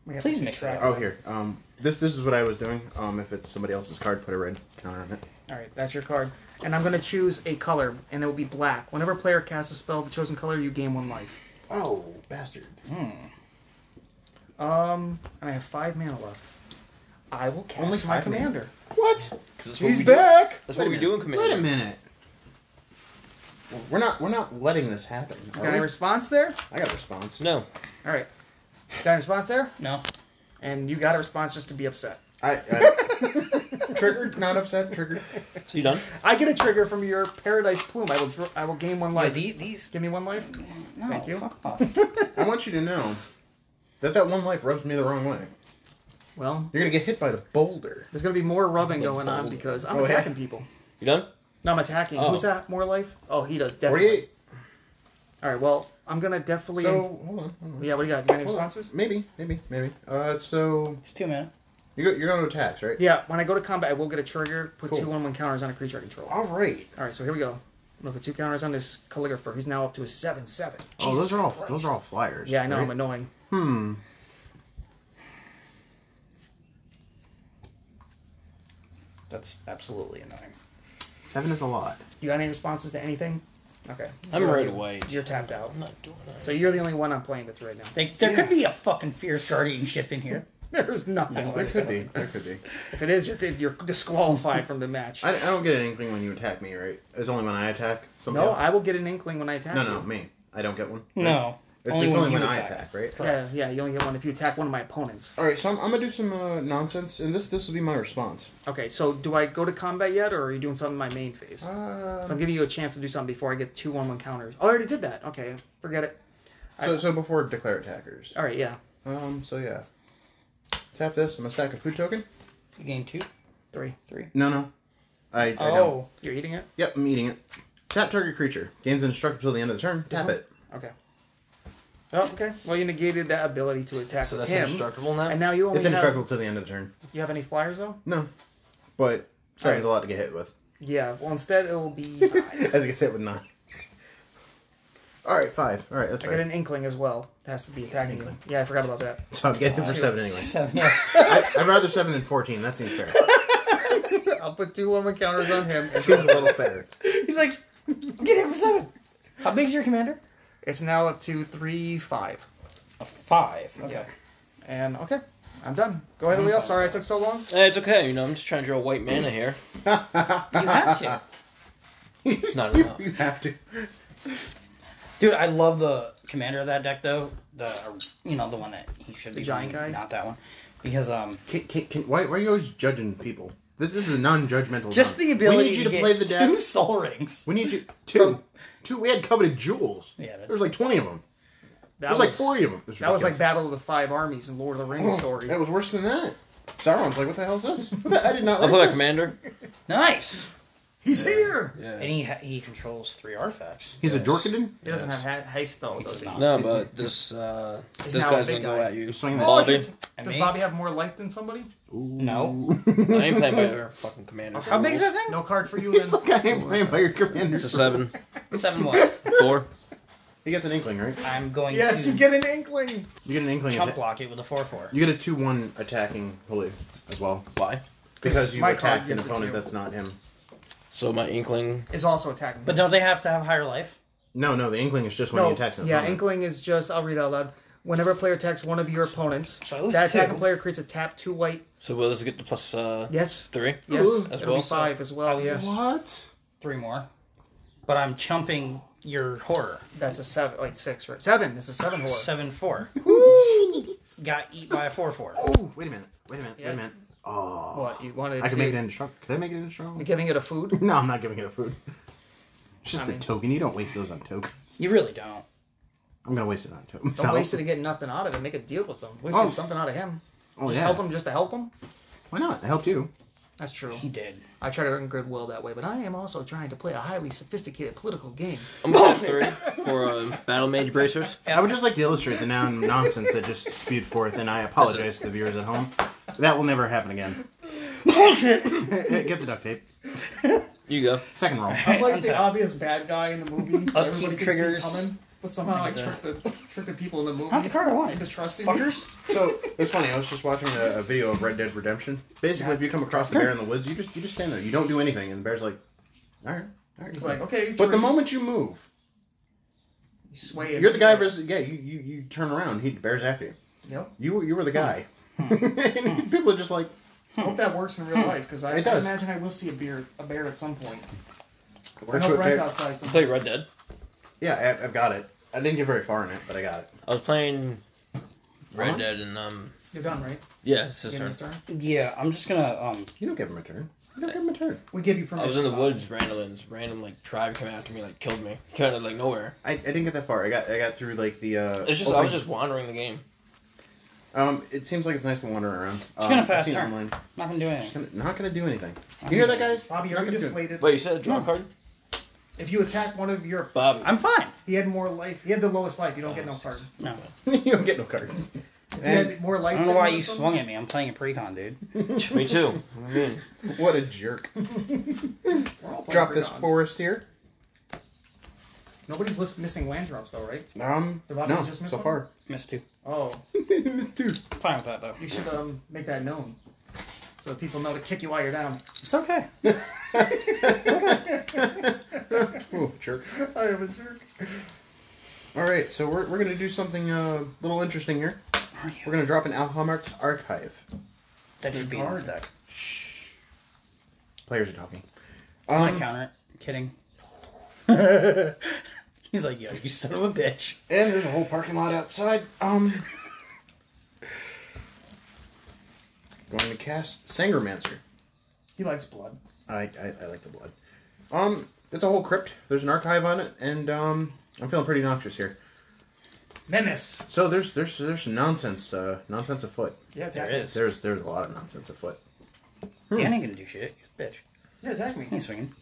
C: We have
B: Please
C: keep
B: mix
C: track
B: it
C: of
E: Oh, here. Um, this this is what I was doing. Um, if it's somebody else's card, put a red counter on it.
C: All right, that's your card. And I'm going to choose a color, and it will be black. Whenever a player casts a spell of the chosen color, you gain one life.
E: Oh, bastard.
C: Um, and I have five mana left. I will cast
E: Only
C: my
E: five mana.
C: commander.
E: What?
A: That's what
C: He's
A: we do-
C: back.
A: That's what
E: Wait a
A: we
E: minute.
A: do in Commander.
E: Wait a minute. We're not we're not letting this happen. are
C: Got
E: we?
C: any response there?
E: I got a response.
A: No.
C: All right. Got any response there?
B: No.
C: And you got a response just to be upset.
E: I, I triggered, not upset, triggered.
A: So you done?
C: I get a trigger from your paradise plume. I will. Dr- I will gain one
B: Yeah,
C: life.
B: the, these.
C: Give me one life.
B: No.
C: Thank you.
B: Fuck off.
E: I want you to know that that one life rubs me the wrong way.
C: Well,
E: You're gonna get hit by the boulder.
C: there's gonna be more rubbing going on
A: bold.
C: because I'm
E: Oh, yeah?
C: attacking people.
A: You done?
C: No, I'm attacking.
A: Oh.
C: Who's that? More life? Oh, he does definitely.
E: Forty-eight.
C: All right. Well, I'm gonna definitely.
E: So hold on, hold on.
C: yeah. What do you got? You got any
E: Hold on.
C: responses?
E: Maybe, maybe, maybe. Uh, so
B: It's two minutes.
E: you go, you're going to attacks, right?
C: Yeah. When I go to combat, I will get a trigger. Put
E: Cool.
C: two one-one counters on a creature I control.
E: All right.
C: All right. So here we go. I'm gonna put two counters on this calligrapher. He's now up to a seven-seven.
E: Oh, those are all those are all flyers.
C: Yeah, I know. I'm
E: right?
C: annoying.
E: Hmm.
B: That's absolutely annoying.
E: Seven is a lot.
C: You got any responses to anything? Okay.
A: I'm
C: You're-
A: right away.
C: You're tapped out.
A: I'm not doing that.
C: So you're the only one I'm playing with right now.
B: They, there could be a fucking fierce guardian ship in here.
C: There's nothing.
E: There could be. There could be.
C: If it is, you're you're disqualified from the match.
E: I, I don't get an inkling when you attack me, right? It's only when I attack. Somebody
C: no,
E: else.
C: I will get an inkling when I attack.
E: No, no,
C: you.
E: me. I don't get one.
B: No.
E: It's only, it's
B: when
E: only
B: you
E: when, I attack, right?
C: Yeah, yeah, you only get one if you attack one of my opponents.
E: All right, so I'm, I'm gonna do some uh, nonsense, and this this will be my response.
C: Okay, so do I go to combat yet, or are you doing something in my main phase?
E: Uh,
C: so I'm giving you a chance to do something before I get two one one counters. Oh, I already did that. Okay, forget it.
E: so, so before declare attackers.
C: All right, yeah,
E: Um, so yeah, tap this. I'm gonna stack a food token.
B: You gain two.
C: three.
E: No, no, I, I don't.
B: Oh.
C: You're eating it.
E: Yep, I'm eating it. Tap target creature gains instruct until the end of the turn. Tap it.
C: Okay. Oh, okay. Well, you negated that ability to attack
A: So
C: with
A: that's
C: him,
A: indestructible now?
C: and now you only
E: It's
C: have.
E: indestructible till the end of the turn.
C: You have any flyers though?
E: No, but seven's a lot to get hit with.
C: Yeah. Well, instead it will be. five.
E: As it gets hit with nine. All right, five. All right, that's
C: I got
E: right.
C: an inkling as well. It has to be attacking you. Yeah, I forgot about that.
E: So I'm getting for seven anyway.
B: Seven. Yeah.
E: I, I'd rather seven than fourteen. That seems fair.
C: I'll put two one one counters on him.
E: It seems a little fair.
B: He's like, get him for seven. How big's your commander?
C: It's now up to three five.
B: A five. Okay.
C: Yeah. And okay, I'm done. Go ahead, Leo. Sorry I took so long.
A: Eh, it's okay, you know, I'm just trying to draw white mana here.
B: You have to.
A: It's not enough.
E: You have to.
B: Dude, I love the commander of that deck though. The you know the one that he should be
C: giant
B: playing,
C: guy?
B: not that one, because um
E: Can, can, can, why, why are you always judging people? This, this is a non-judgmental.
B: just
E: zone.
B: the ability
E: We need you to,
B: get
E: play the
B: two
E: deck.
B: soul rings.
E: We need you two, two. We had coveted jewels.
B: Yeah, that's-
E: there was like twenty of them.
C: That
E: There was, like forty of them. It
C: That was like
E: ridiculous.
C: Battle of the Five Armies in Lord of the Rings story.
E: Oh, That was worse than that. Sauron's like, what the hell is this? I did not.
A: I'll
E: Like
A: play
E: this.
A: a commander.
B: Nice.
C: He's here.
B: And he ha- he controls three artifacts.
E: He's a
A: Yes.
E: Jorkenden?
C: He doesn't have he- haste though,
B: He does
C: does he?
B: not.
A: No, but this uh,
C: He's
A: this
C: now a
A: guy's gonna
C: big
A: go
C: guy.
A: at you.
E: You're swinging
C: Oh, I
A: Bobby.
C: can't-
B: And
C: does
B: me?
C: Bobby have more life than somebody?
B: No.
A: I ain't playing by your fucking commander.
B: How big's that thing?
C: No card for you
E: He's
C: then.
E: like, I ain't playing by your commander.
A: It's a seven,
B: Seven what?
A: four.
E: He gets an inkling, right?
B: I'm going
C: Yes,
B: to
C: you get an inkling.
E: You get an inkling.
B: chump
E: Atta-
B: block it with a four four.
E: you get a two-one attacking holy as well
A: Why?
E: because you
C: my card
E: attacked an
C: gives it to
E: opponent
C: you.
E: that's not him.
A: So my inkling.
C: Is also attacking.
B: But don't they have to have higher life?
E: No, no, the inkling is just when
C: No,
E: you attack an
C: yeah,
E: opponent.
C: inkling is just. I'll read it out loud. Whenever a player attacks one of your opponents,
B: So it was
C: that
B: two.
C: attacking player creates a tap two white.
A: So will this get the plus uh,
C: Yes,
A: three?
C: yes,
E: Ooh.
A: As
C: it'll
A: well?
C: be five as well. Yes,
E: What?
B: Three more. But I'm chumping your horror.
C: that's a seven, like six, right? Seven. It's a seven horror.
B: Seven four. Got eat by a four four.
E: Oh, wait a minute. Wait a minute. Wait a minute. Oh.
C: What you wanted?
E: I
C: to
E: can make it into strong. Could I make it into strong?
C: Giving it a food.
E: No, I'm not giving it a food. It's just
C: I
E: a
C: mean-
E: token. You don't waste those on tokens.
B: You really don't.
E: I'm gonna waste it on tokens.
C: Don't waste it to get nothing out of it. Make a deal with him. At least
E: Oh.
C: get something out of him.
E: Oh,
C: just
E: yeah.
C: help him, just to help him.
E: Why not? I helped you.
C: That's true.
B: He did.
C: I try to earn goodwill that way, but I am also trying to play a highly sophisticated political game.
A: I'm gonna say three for uh, battle mage bracers.
E: I would just like to illustrate the noun nonsense that just spewed forth, and I apologize to the viewers at home. That will never happen again. Bullshit! Get the duct tape.
A: You go.
E: Second roll.
C: I'm like
B: I'm
C: the
B: sorry.
C: obvious bad guy in the movie. that everybody can see
B: triggers.
C: coming, but somehow I trick the trick the people in the movie.
B: Not the card I wanted.
C: Into trusting me.
B: Fuckers.
E: So it's funny. I was just watching a, a video of Red Dead Redemption. Basically, if you come across the bear in the woods, you just you just stand there. You don't do anything, and the bear's like, "All right, all right."
C: He's like, okay, you
E: but the
C: trick-
E: moment you move,
C: you sway.
E: you're the guy versus yeah. You you, you turn around. He the bear's after you.
C: Yep.
E: You were- you were the guy. Hmm. and people are just like,
C: Hope that works in real life because I,
E: Hmm. It
C: I
E: does.
C: imagine I will see a bear a bear at some point. I
E: "Where's
C: hope
E: your
C: Red's
E: bear?"
C: outside.
A: I'll
C: Sometime.
A: tell you Red Dead.
E: Yeah, I, I've got it. I didn't get very far in it, but I got it.
A: I was playing Red
E: Uh-huh.
A: Dead and um
C: You're done, right?
A: yeah, it's his
C: Game
A: turn.
C: is done.
B: Yeah, I'm just gonna um
E: You don't give him a turn. You don't give him a turn.
C: We give you permission.
A: I was in the
C: Bob.
A: woods randomly, and this random like tribe came after me, like killed me, kind of like nowhere.
E: I, I didn't get that far. I got I got through like the. Uh,
A: It's just I was just wandering the game.
E: Um, it seems like it's nice to wander around. Um,
B: gonna
E: I've
B: pass
E: seen it
B: turn.
E: online.
B: not gonna do
E: Just
B: anything.
E: gonna- not gonna do anything. You hear that, guys?
C: Bobby,
E: Not
C: are you
E: gonna do it.
C: deflated?
A: Wait, you said draw a card?
C: If you attack one of your,
A: Bobby.
B: I'm fine.
C: he had more life. He had the lowest life. You don't get no card.
B: No.
E: you don't get no card.
C: If he had more life.
B: I don't know
C: than
B: why
C: one
B: you
C: of them-
B: swung at me. I'm playing a precon, dude.
A: me too. I mean,
E: What a jerk.
C: We're all playing
E: Drop this
C: Predons.
E: forest here.
C: Nobody's list missing land drops though, right?
E: Um,
C: Did Bobby
E: no,
C: just miss
E: so
C: one?
E: far.
B: Missed two.
C: Oh,
E: Dude,
B: Fine with that though.
C: you should um make that known, so people know to kick you while you're down.
B: It's okay.
E: oh, jerk.
C: I am a jerk.
E: All right, so we're, we're gonna do something a uh, little interesting here. We're gonna drop an Alhamark's archive.
B: That should be in this deck.
E: Players are talking.
B: I
E: Um,
B: counter it. Kidding. He's like, yo, you son of a bitch.
E: and there's a whole parking lot outside. Um, going to cast Sangromancer.
C: He likes blood.
E: I, I, I like the blood. Um, it's a whole crypt. There's an archive on it, and um, I'm feeling pretty noxious here.
C: Menace.
E: So there's there's there's nonsense uh, nonsense afoot.
C: Yeah,
B: There
C: attack
B: it
C: me.
B: is.
E: There's there's a lot of nonsense afoot.
B: Dan ain't gonna do shit. He's a bitch.
C: Yeah, attack me.
B: He ain't swinging.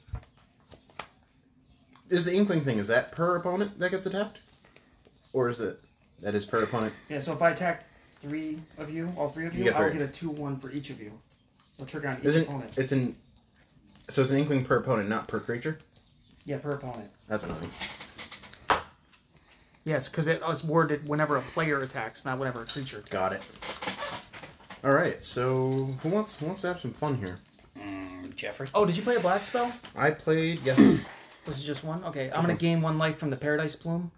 E: Is the inkling thing is that per opponent that gets attacked, or is it that is per opponent?
C: Yeah, so if I attack three of you, all three of
E: You
C: you,
E: get
C: I will
E: three.
C: get a two one for each of you. I'll trigger on each
E: Isn't
C: opponent.
E: it's an so it's an inkling per opponent, not per creature.
C: Yeah, per opponent.
E: That's annoying.
C: Yes, because it was worded whenever a player attacks, not whenever a creature attacks.
E: Got it. All right. So who wants who wants to have some fun here?
B: Mm, Jeffrey.
C: Oh, did you play a black spell?
E: I played yes.
C: Was it just one? Okay, I'm
E: Mm-hmm.
C: gonna gain one life from the Paradise Plume.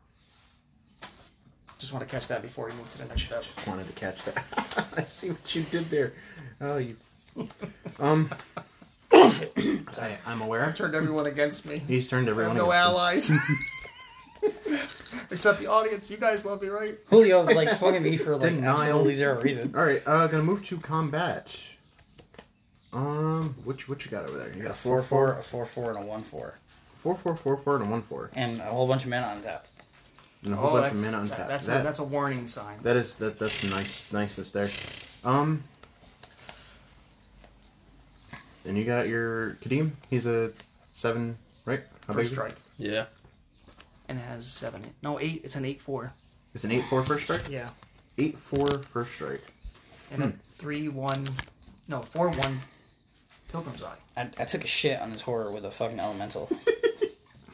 C: Just want to catch that before we move to the next step.
E: wanted to catch that. I see what you did there. Oh, you. Um. I, I'm aware.
C: Turned everyone against me.
E: He's turned
C: I have
E: everyone.
C: no
E: against him.
C: allies. Except the audience. You guys love me, right?
B: Julio like swung at me for like
E: Denial.
B: absolutely zero reason.
E: All right, uh, gonna move to combat. Um, which what you got over there? You got a four,
B: Four
E: four,
B: four, a four four, and a one four,
E: four, four, four, four, and a one four,
B: and a whole bunch of men on tap.
E: and a whole bunch of men on
C: that-
E: tap.
C: Oh, That's,
E: that,
C: a, that's a warning sign.
E: that is that that's nice nicest there. Um, and you got your Kadeem. He's a seven, right? How big
C: First
E: is it?
C: strike.
A: Yeah.
C: And it has seven. No, eight. It's an eight four.
E: It's an eight four first strike.
C: Yeah.
E: Eight four first strike. Hmm.
C: And a three one. No, four one. Pilgrim's Eye.
B: I, I took a shit on his horror with a fucking elemental.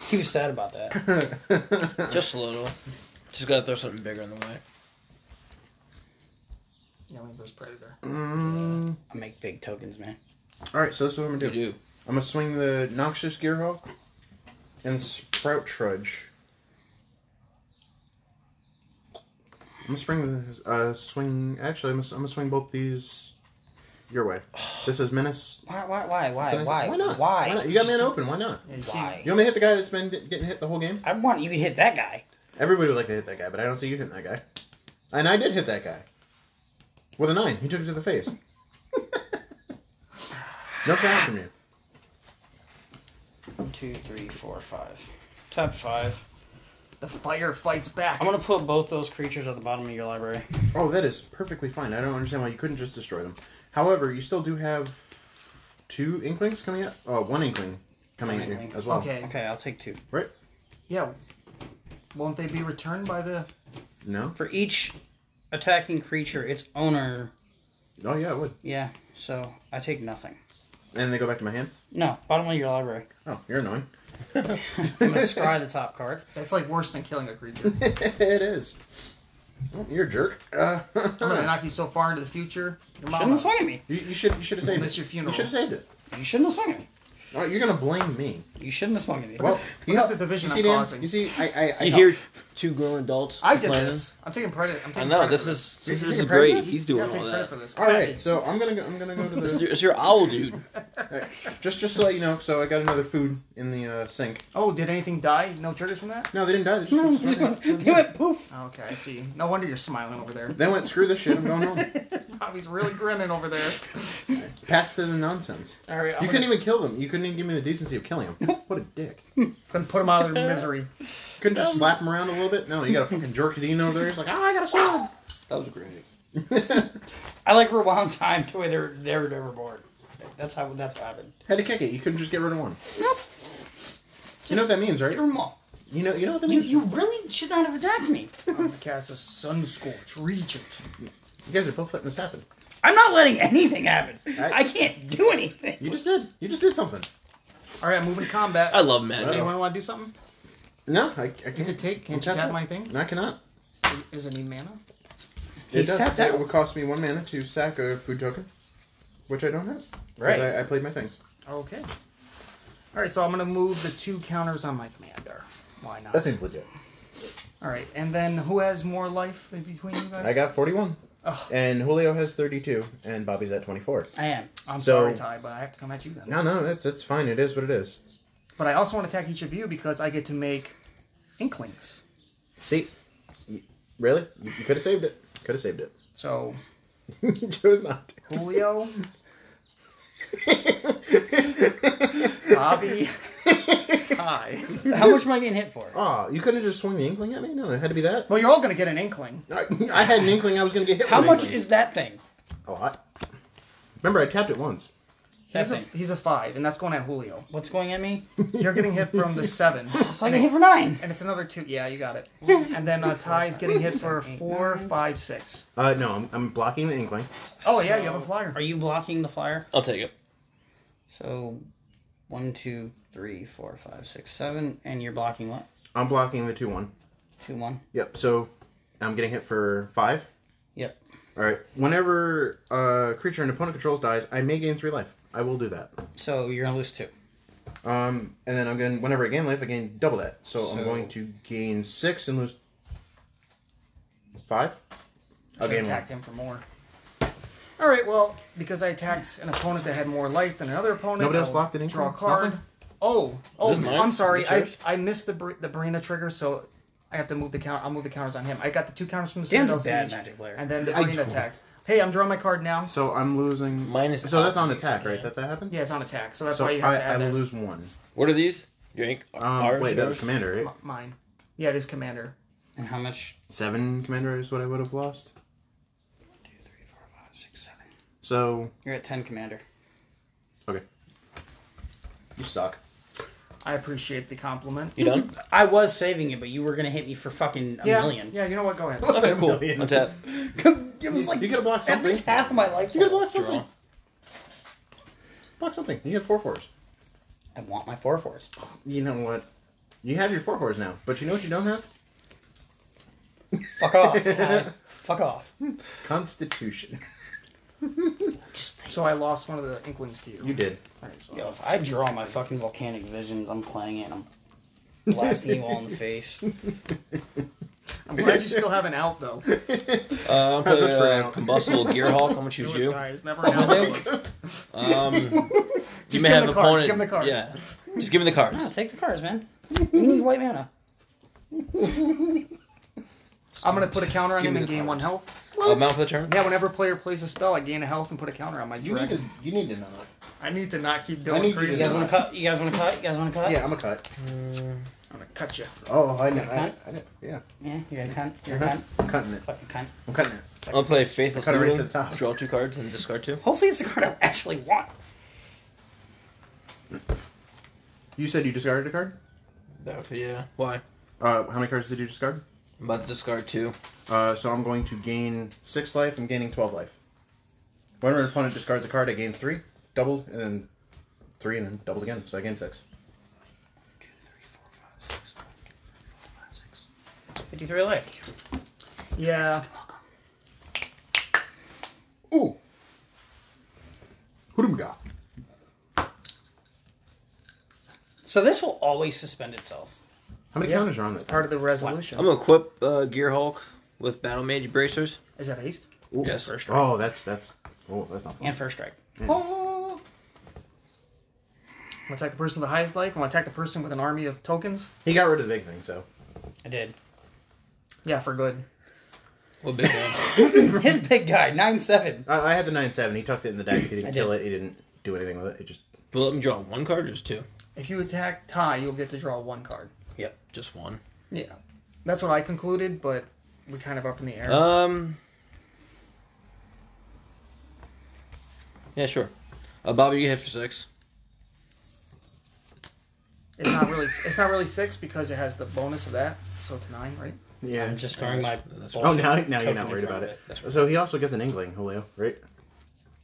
B: he was sad about that.
A: Just a little. Just gotta throw something bigger in the way.
C: Yeah, there's Predator.
E: Mm.
B: I make big tokens, man.
E: All right, so this is what I'm gonna
A: You
E: do.
A: do.
E: I'm gonna swing the noxious gearhawk and sprout trudge. I'm gonna swing with uh swing. Actually, I'm gonna, I'm gonna swing both these your way. This is menace.
B: Why? Why? Why? Why?
E: So I-
B: why?
E: Why not?
B: Why?
E: not? You got man open. Why not?
C: Yeah, you
B: Why?
E: You want me to hit the guy that's been getting hit the whole game?
B: I want you to hit that guy.
E: Everybody would like to hit that guy, but I don't see you hitting that guy. And I did hit that guy. With a nine. He took it to the face. no sound from you.
B: One, two, three, four, five. Top five.
C: see the fire fights back.
B: I'm gonna put both those creatures at the bottom of your library.
E: Oh, that is perfectly fine. I don't understand why you couldn't just destroy them. However, you still do have two inklings coming up. Oh, one inkling coming
B: One
E: at you
B: inkling.
E: as well.
C: okay.
B: Okay, I'll take two.
E: Right?
C: Yeah. Won't they be returned by the?
E: No?
B: For each attacking creature, its owner.
E: Oh, yeah, it would.
B: Yeah. So I take nothing.
E: And they go back to my hand?
B: No, bottom of your library.
E: Oh, you're annoying.
B: I'm gonna scry the top card.
C: That's like worse than killing a creature.
E: it is. Oh, you're a jerk. Uh,
C: I'm gonna knock you so far into the future.
B: Shouldn't
C: Your mama.
B: have swung at me.
E: you, you should you should have saved
C: Miss
E: it.
C: your funeral.
E: You should have saved it.
B: You shouldn't have swung at me.
E: Oh, you're gonna blame me.
B: You shouldn't have swung at me.
E: Well, you
C: at
E: know,
C: the division
E: you
C: I'm
E: see, Dan?
C: causing.
E: You see, I, I, I
A: You hear two grown adults.
C: I did
A: complaining?
C: this. I'm taking credit. I'm
A: I
C: taking
A: know
C: credit
A: this
C: for
A: is
E: You're
A: this
E: taking
A: is
E: credit for
A: great.
E: this?
A: He's
C: Yeah,
A: doing
C: I'm taking
A: all
C: credit
A: that.
C: for this.
E: All right, so I'm gonna go, I'm gonna go to
A: It's
E: the
A: your- It's your owl, dude.
E: just just so that you know. So I got another food in the uh, sink.
C: Oh, did anything die? No triggers from that?
E: No, they didn't die. They, just kept swimming.
B: You went poof.
C: Okay, I see. No wonder you're smiling over there.
E: They went screw this shit. I'm going home.
C: Bobby's really grinning over there.
E: Pass to the nonsense.
C: All right, I'm
E: You
C: gonna,
E: couldn't even kill them. You couldn't even give me the decency of killing them. What a dick.
C: gonna put him out of their misery.
E: Couldn't just slap him around a little bit. No, you got a fucking jerkadine over there. He's like, oh, I got a sword.
A: That was great.
B: I like rewound time to where they're they're never bored. That's how that's what happened.
E: Had to kick it. You couldn't just get rid of one.
B: Nope.
E: You know what that means, right?
B: Get them all.
E: You know, you know what that
B: You,
E: means.
B: you really should not have attacked me.
C: I'm gonna cast a sun scorch regent.
E: You guys are both letting this happen.
B: I'm not letting anything happen.
E: I-
B: I, can't do anything.
E: You just did. You just did something.
C: All right, I'm moving to combat.
A: I love magic.
E: Well,
C: Anyone want to do something?
E: No, I, I can't.
C: You could take. Can't you
E: Tap
C: tap
E: it.
C: my thing?
E: No, I cannot.
C: Does it need mana?
E: It
B: He's
E: does.
B: tapped
E: It
B: out.
E: will cost me one mana to sack a food token, which I don't have. 'cause
B: Right.
E: I, I played my things.
C: Okay. All right, so I'm gonna move the two counters on my commander. Why not?
E: That seems legit.
C: All right, and then who has more life than between you guys?
E: I got 41.
C: Ugh.
E: And Julio has 32. And Bobby's at 24.
B: I am.
C: I'm
E: So-
C: sorry, Ty, but I have to come at you then.
E: No, no, that's, that's fine. It is what it is.
C: But I also want to attack each of you because I get to make inklings.
E: See? You- Really? You, you could have saved it. Could have saved it.
C: So
E: You chose not. to.
C: Julio, Bobby, Ty.
B: How much am I getting hit for?
E: Aw, Ah, you couldn't just swung the inkling at me? No, it had to be that.
C: Well, you're all gonna get an inkling.
E: I, I had an inkling I was going to get hit
B: How
E: with an
B: much
E: inkling.
B: is that thing?
E: A lot. Remember, I tapped it once.
C: He's a
B: That thing.
C: he's a five, and that's going at Julio.
B: What's going at me?
C: You're getting hit from the seven,
B: So I get hit for nine.
C: and it's another two. Yeah, you got it. And then uh, Ty's getting hit for four, five, six.
E: Uh, no, I'm, I'm blocking the inkling.
C: Oh yeah, you have a flyer.
B: Are you blocking the flyer?
A: I'll take it.
B: So, one, two, three, four, five, six, seven, and you're blocking what?
E: I'm blocking the 2 1.
B: Two, one.
E: Yep, so I'm getting hit for 5.
B: Yep.
E: Alright, whenever a creature an opponent controls dies, I may gain 3 life. I will do that.
B: So you're gonna lose two.
E: Um, and then I'm going to, whenever I gain life, I gain double that. So, I'm
B: So-
E: going to gain 6 and lose 5. I'll
C: Should
E: gain
C: attacked
E: 1.
C: him for more. All right, well, because I attacked an opponent that had more life than another opponent,
E: Nobody else
C: I'll
E: blocked an
C: Draw a
E: inkling?
C: card.
E: Nothing?
C: Oh, oh,
A: This is mine?
C: I'm sorry,
A: This
C: I,
A: yours?
C: I missed the Bar- the Barina trigger, so I have to move the count. I'll move the counters on him. I got the two counters from the
B: Dan's a
C: Citadel
B: bad
C: Siege,
B: magic player.
C: and then the
E: I
C: Barina
E: don't.
C: attacks. Hey, I'm drawing my card now.
E: So, I'm losing.
A: Minus
E: So, that's on
A: obvious,
E: attack,
A: yeah.
E: right? That that happened?
C: Yeah, it's on attack, so that's
E: So,
C: why you have
E: I,
C: to add
E: I will
C: that.
E: lose 1.
A: What are these? Drink.
E: Um, wait, that was commander, right?
C: M- mine. Yeah, it is commander.
B: And how much?
E: Seven commander is what I would have lost.
B: Two, three, four, five, six, seven.
E: So
B: You're at ten, Commander.
E: okay, you suck.
C: I appreciate the compliment.
A: You done?
B: I was saving it, but you were gonna hit me for fucking a
C: yeah,
B: million.
C: yeah. You know what? Go ahead.
A: Okay, cool.
E: million.
A: Untap.
B: It was like
E: You could have blocked
B: at
E: something.
B: least half of my life.
E: You could have blocked
A: Draw.
E: something. Block something. You get four fours.
B: I want my four fours.
E: You know what? You have your four fours now, but you know what you don't have?
B: Fuck off. Ty. Fuck off.
E: Constitution.
C: So I lost one of the inklings to you.
E: You did.
C: All right, so
B: Yo, if I draw my fucking volcanic visions, I'm playing it. and I'm blasting you all in the face.
C: I'm glad you still have an out though.
A: Uh, I'm playing
E: How's this for
A: uh,
E: now?
A: Combustible Gearhawk. How much you do?
C: Suicide is never an out.
A: Um, you
C: Just
A: may
C: give him
A: have
C: the
A: an
C: cards,
A: opponent.
C: give him the cards.
A: Yeah, just give me the cards.
B: No, take the cards, man. We need white mana.
C: I'm gonna put a counter on
A: Give
C: him
A: me
C: and
A: the
C: gain one
A: cards.
C: health.
A: Uh, mount for the turn.
C: Yeah, whenever a player plays a spell, I gain a health and put a counter on my
E: You need
C: dragon.
E: to. You need to know that.
C: I need to not keep
E: I
C: going
E: need you to
C: crazy.
B: You guys
E: get-
B: want to cut? You guys want to cut? You guys want to cut?
E: Yeah, I'm a cut.
C: I'm gonna cut you.
E: Oh, I know. I,
B: Cut?
E: I know. Yeah,
B: Yeah. You're a cunt. You're a
E: Uh-huh.
B: cunt.
E: I'm cutting it.
B: Fucking cunt.
E: I'm cutting it.
A: I'll play Faithless
E: Cut it right to
A: Looting,
E: the top.
A: Draw two cards and discard two.
B: Hopefully, it's the card I actually want.
E: You said you discarded a card.
A: That, yeah. Why?
E: Uh, how many cards did you discard?
A: I'm about to discard two.
E: Uh, so I'm going to gain six life. I'm gaining twelve life. Whenever an opponent discards a card, I gain three, doubled, and then three, and then doubled again. So I gain six.
B: Fifty-three life.
C: Yeah.
E: Ooh. Who do we got?
B: So this will always suspend itself.
E: How many
C: Yeah,
E: counters are on
C: It's
E: that?
C: part of the resolution.
A: I'm gonna equip uh, Gearhulk with Battle Mage bracers.
C: Is that haste?
E: Ooh.
A: Yes.
C: First strike.
E: Oh, that's that's. Oh, that's not fun.
B: And first strike.
C: Oh. I'm gonna attack the person with the highest life. I'm gonna attack the person with an army of tokens.
E: He got rid of the big thing, so.
B: I did.
C: Yeah, for good.
A: What big one?
B: His big guy, nine seven.
E: I, I had the nine seven. He tucked it in the deck. He
B: I
E: didn't kill it. He didn't do anything with it. It just.
A: But let me draw one card, or just two.
C: If you attack Ty, you'll get to draw one card.
A: Yep, just one.
C: Yeah. That's what I concluded, but we kind of up in the air.
A: Um. Yeah, sure. Uh, Bobby, you hit for six.
C: it's not really it's not really six because it has the bonus of that, so it's nine, right?
E: Yeah.
B: I'm just throwing my.
A: That's-
E: Oh, now now you're not
B: Totally
E: worried about
B: found
E: it.
A: it.
E: So he also gets an Ingling, Julio, right?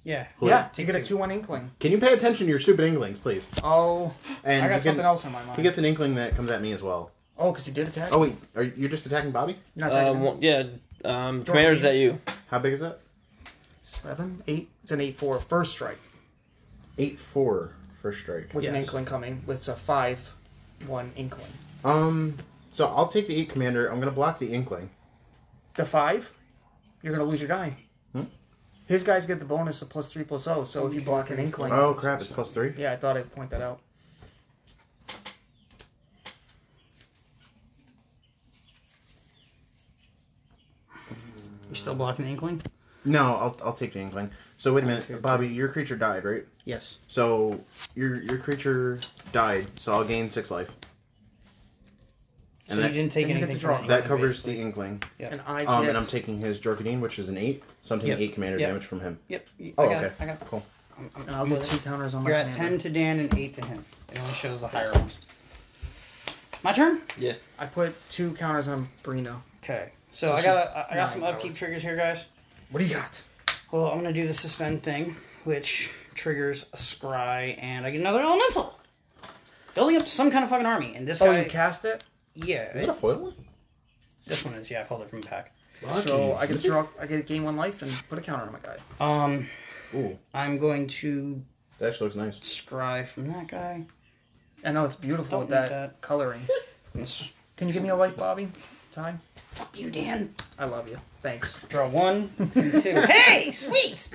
B: Yeah.
C: Yeah, you
B: Take
C: get a
B: two.
C: two one inkling.
E: Can you pay attention to your stupid Inglings, please?
C: Oh
E: And
C: I got
E: he can-
C: something else in my mind.
E: He gets an Inkling that comes at me as well.
C: oh, because he did attack.
E: Oh wait, are you just attacking Bobby?
C: You're not attacking
A: Um,
C: him?
A: one- yeah. Um, commander's at you.
E: How big is that?
C: seven, eight. It's an eight four first strike
E: Eight four first strike.
C: with an
A: Yes.
C: inkling coming. It's a five one inkling.
E: Um, so I'll take the eight commander. I'm gonna block the Inkling.
C: The five, you're gonna lose your guy. His guys get the bonus of plus three plus oh. So if you block an inkling,
E: Oh crap! It's plus three.
C: yeah, I thought I'd point that out.
B: You still blocking the inkling?
E: No, I'll, I'll take the Inkling. So wait a minute, Bobby, your creature died, right?
B: Yes.
E: So your your creature died. So I'll gain six life.
B: So
E: And
B: you
E: that-
B: didn't take
C: and you get
B: anything
C: to draw.
B: from
E: That
B: inkling,
E: covers
B: basically.
E: the Inkling.
C: And I get
E: Um, and I'm taking his Jorkadine, which is an eight. So I'm taking
B: Yep.
E: eight commander
B: Yep.
E: damage from him.
B: Yep. y-
E: Oh,
B: I got
E: okay.
B: It. I got it.
E: Cool.
C: and I'll
B: You're
C: get two counters on my.
B: You're at
C: commander.
B: ten to Dan and eight to him. It only shows the higher one. My turn.
A: Yeah.
C: I put two counters on Brino.
B: Okay. So,
C: So
B: I
C: she's
B: got I I
C: nine
B: got some upkeep
C: power.
B: triggers here, guys.
C: What do you got?
B: Well, I'm gonna do the suspend thing, which triggers a scry, and I get another elemental. Building up to some kind of fucking army, and this
C: Oh,
B: guy,
C: you cast it.
B: yeah,
E: Is it a foil?
B: this one is yeah. I pulled it from the pack.
C: So I get to draw. I get to gain one life and put a counter on my guy.
B: Um,
E: Ooh,
B: I'm going to
E: that actually looks nice.
B: scry from that guy.
C: I know it's
B: Don't
C: beautiful with
B: need
C: that,
B: that.
C: coloring.
B: Yes.
C: Can you give me a life, Bobby? Time.
B: Fuck you, Dan.
C: I love you. Thanks.
B: Draw one, and two. hey, sweet.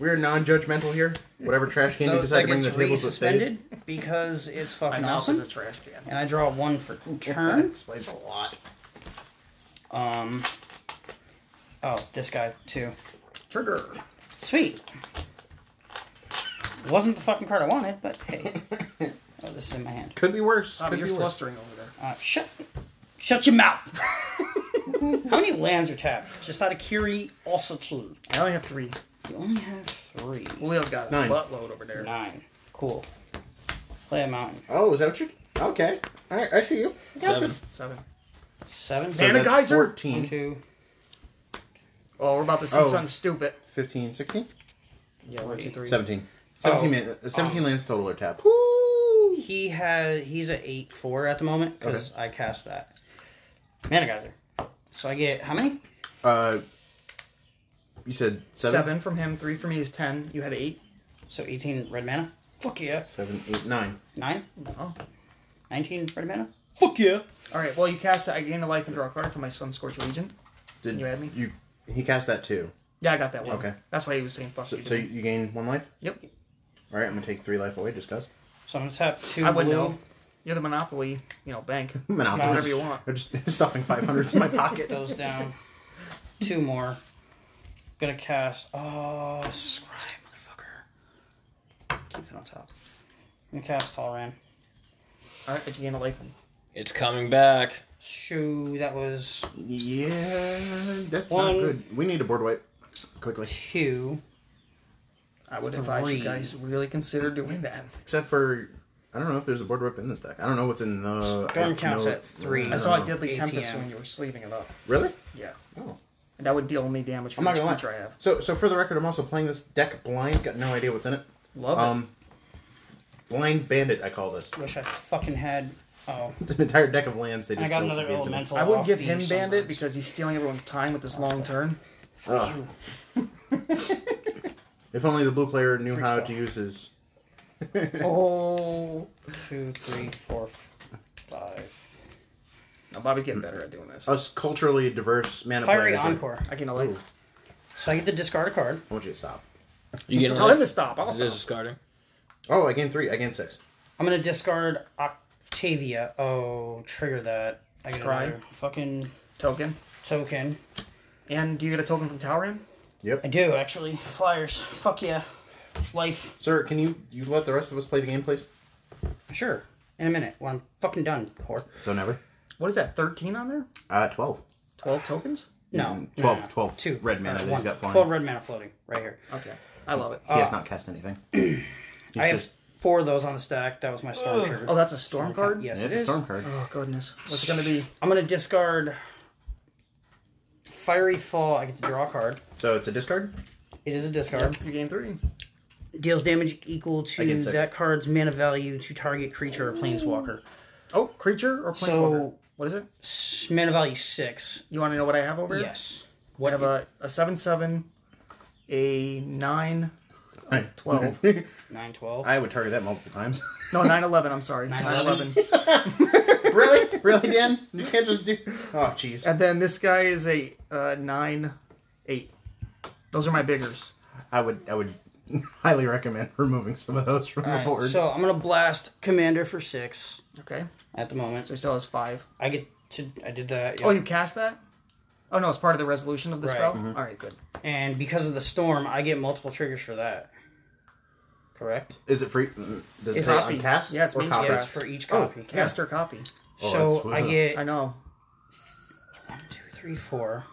E: We're non-judgmental here. Whatever trash can you
B: Those
E: decide
B: that
E: to bring
B: gets
E: to the table that stays.
B: resuspended because it's
C: My
B: fucking
C: mouth
B: awesome.
C: is a trash can.
B: And I draw one for
E: That
B: turn.
E: explains a lot.
B: Um. Oh, this guy too.
C: Trigger.
B: Sweet. Wasn't the fucking card I wanted, but hey. Oh, this is in my hand.
E: Could be worse.
C: Bobby,
E: Could
C: you're
E: be worse.
C: flustering over there.
B: Uh, shut, shut your mouth. How many lands are tapped? Just out of Curie, also two.
C: I only have three.
B: You only have three.
C: Julio's got a
E: Nine.
C: buttload over there.
B: Nine. Cool. Play a mountain.
E: Oh, is that what you? Okay. All right. I see you. I got
A: Seven.
E: this.
C: Seven.
B: Seven.
E: So
C: And a
E: that's
C: geyser?
E: 14,
B: One, two.
C: Oh, we're about to see
E: Oh.
C: something stupid.
E: 15, 16,
C: Yeah, one, two, three.
E: 17. 17,
B: Oh,
E: man- uh, 17 lands total are tapped.
B: He has he's at eight four at the moment because I cast that mana geyser. So I get how many?
E: Uh, you said
C: Seven?
E: seven?
C: from him, three from me is ten. You had eight.
B: So eighteen red mana. Fuck yeah.
E: Seven, eight, nine.
B: Nine.
C: Oh.
B: 19 red mana.
A: Fuck yeah.
C: All right. Well, you cast it. I gain a life and draw a card from my Sun Scorch Legion.
E: Did
C: You had me?
E: You, he cast that too.
C: Yeah, I got that one.
E: Okay.
C: That's why he was saying fuck
E: So,
C: you.
E: so you gain one life?
C: Yep.
E: All right, I'm going to take three life away just because.
B: So I'm gonna tap two.
C: I would
B: blue.
C: know. You're the Monopoly, you know, bank.
E: Monopoly.
C: Whatever you want.
E: I'm just stuffing 500s in my
B: Get
E: pocket.
B: those down. two more. Gonna cast. Oh, scribe, motherfucker. Keep it on top. I'm gonna cast Talran.
C: All right, but you gain a life. And...
A: It's coming back.
B: Shoo, that was
E: Yeah, that's
B: One.
E: not good. We need a board wipe quickly.
B: two.
C: I would advise
B: Three.
C: you guys really consider doing that.
E: Except for, I don't know if there's a board wipe in this deck. I don't know what's in the.
B: Storm
E: I
B: counts
E: know-
B: at three.
E: don't
C: I saw a
E: know.
C: Deadly
B: ATM.
C: Tempest when you were sleeving it up.
E: Really?
C: Yeah.
E: Oh.
C: And that would deal only damage
E: I'm
C: from
E: not
C: each
E: gonna
C: creature
E: lie.
C: I have.
E: So, so for the record, I'm also playing this deck blind. Got no idea what's in it.
C: Love it.
E: Um, blind bandit, I call this.
B: Wish I fucking had. Oh,
E: It's an entire deck of lands. They
B: and
E: just
B: I got
E: don't
B: another
E: give to me.
B: elemental.
C: I would
B: off
C: give
B: the
C: him
B: sunburns.
C: Bandit because he's stealing everyone's time with this long turn.
E: Ugh. Ah. if only the blue player knew how to use his.
C: Oh.
B: two, three, four, five.
C: Now, Bobby's getting better at doing this.
E: Us culturally diverse mana
B: Fiery
E: players. are-
B: Encore.
C: I gain a life.
E: Ooh.
B: So I get to discard a card.
E: I want you to stop.
A: You get
C: Tell him to stop. I'll
A: This
C: stop.
A: is discarding.
E: Oh, I gained three. I gained six.
B: I'm gonna discard Octavia. Oh, trigger that. I get
C: Scry.
B: another fucking
C: Token.
B: token.
C: And do you get a token from Talran?
E: Yep.
B: I do actually. Flyers. Fuck yeah. Life.
E: Sir, can you you let the rest of us play the game, please?
B: Sure. In a minute. When I'm fucking done. Whore.
E: So never.
C: What is that, 13 on there?
E: Uh, twelve.
C: 12 tokens?
B: No.
E: Mm, 12,
B: no, no.
E: 12
B: Two. Uh,
E: red mana that he's
B: one.
E: got flying.
B: Twelve red mana floating right here.
C: Okay. I love it. Uh,
E: He has not cast anything. He's
B: Uh, I have
E: just-
B: four of those on the stack. That was my storm trigger.
C: Oh, that's a storm card?
B: Yes,
E: it's
B: it
E: a
B: is.
E: storm card.
C: Oh, goodness. What's it going to be?
B: I'm gonna discard Fiery Fall. I get to draw a card.
E: So it's a discard.
B: It is a discard.
C: You gain three.
B: Deals damage equal
E: I
B: to
E: get six.
B: that card's mana value to target creature or planeswalker.
C: Oh, creature or planeswalker?
B: So-
C: what is it?
B: S- Mana value six.
C: You want to know what I have over here?
B: Yes.
C: I have a, a 7 7, a 9,
B: Uh,
E: Right.
C: 12.
B: Nine twelve.
E: I would target that multiple times.
C: no, 9 11. I'm sorry. 9
B: 9-11.
C: 11.
E: really, really, Dan? You can't just do. Oh, jeez.
C: and then this guy is a uh, 9 8. Those are my biggers.
E: I would I would highly recommend removing some of those from the
B: Alright,
E: board.
B: So I'm gonna blast Commander for six
C: Okay.
B: at the moment.
C: So he still has 5.
B: I get to I did that, yeah.
C: Oh, you cast that? Oh, no, it's part of the resolution of the
B: Right. Mm-hmm.
C: spell? All right, good.
B: and because of the storm, I get multiple triggers for that. Correct.
E: Is it free? mm, Does it
B: It's
E: say
B: copy.
E: on cast?
C: Yeah, it's
E: or
C: mage
E: copy?
B: Yeah, it's
C: Correct.
B: for each
E: Oh,
B: copy.
C: Cast or copy.
E: Oh,
B: so
E: that's-
B: I get
C: I know.
B: one, two, three, four.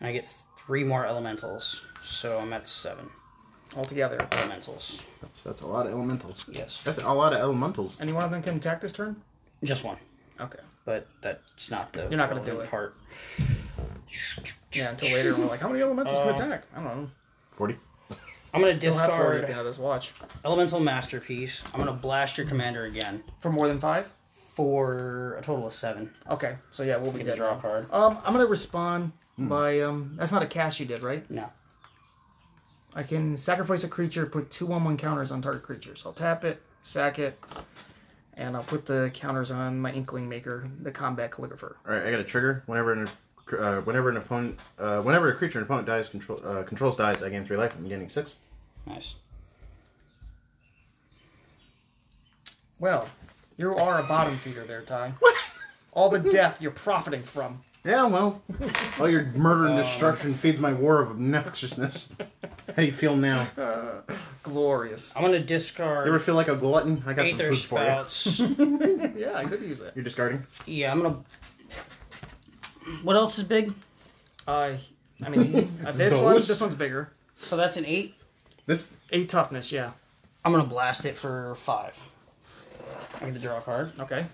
B: And I get three more elementals, so I'm at seven
C: Altogether.
B: elementals.
E: That's, that's a lot of elementals.
B: Yes,
E: That's a lot of elementals.
C: Any one of them can attack this turn?
B: just one,
C: Okay.
B: but that's not the
C: You're not gonna do
B: relevant
C: it.
B: part.
C: Yeah, until later and we're like, how many elementals
B: Uh,
C: can attack? I don't know.
E: Forty.
B: I'm gonna
C: You'll have 40 at the
B: discard
C: end of this watch.
B: elemental masterpiece. I'm gonna blast your commander again
C: For more than five?
B: for a total of seven.
C: Okay. So yeah, we'll be
B: Get to
C: dead.
B: draw Hmm. a
C: now.
B: card.
C: Um, I'm gonna respond by um that's not a cast you did, right?
B: No.
C: I can sacrifice a creature, put two one one counters on target creatures. I'll tap it, sack it, and I'll put the counters on my inkling maker, the combat calligrapher.
E: All right, I got a trigger. Whenever an uh, whenever an opponent uh, whenever a creature an opponent dies control uh, controls dies, I gain three life. I'm gaining six.
B: Nice.
C: Well, you are a bottom feeder there, Ty. All the death you're profiting from.
E: Yeah, well, all your murder and destruction feeds my war of obnoxiousness. How do you feel now? You
C: Glorious.
B: I'm gonna discard
E: ever feel like a glutton? I got
B: Aether
E: some food for you.
B: Spouts.
C: Yeah, I could use that.
E: You're discarding.
B: yeah, I'm gonna. What else is big?
C: Uh, I mean, uh, this one,
E: Those?
C: this one's bigger.
B: So that's an eight.
E: This
C: Eight toughness, yeah.
B: I'm gonna blast it for five. I get to draw a card.
C: Okay.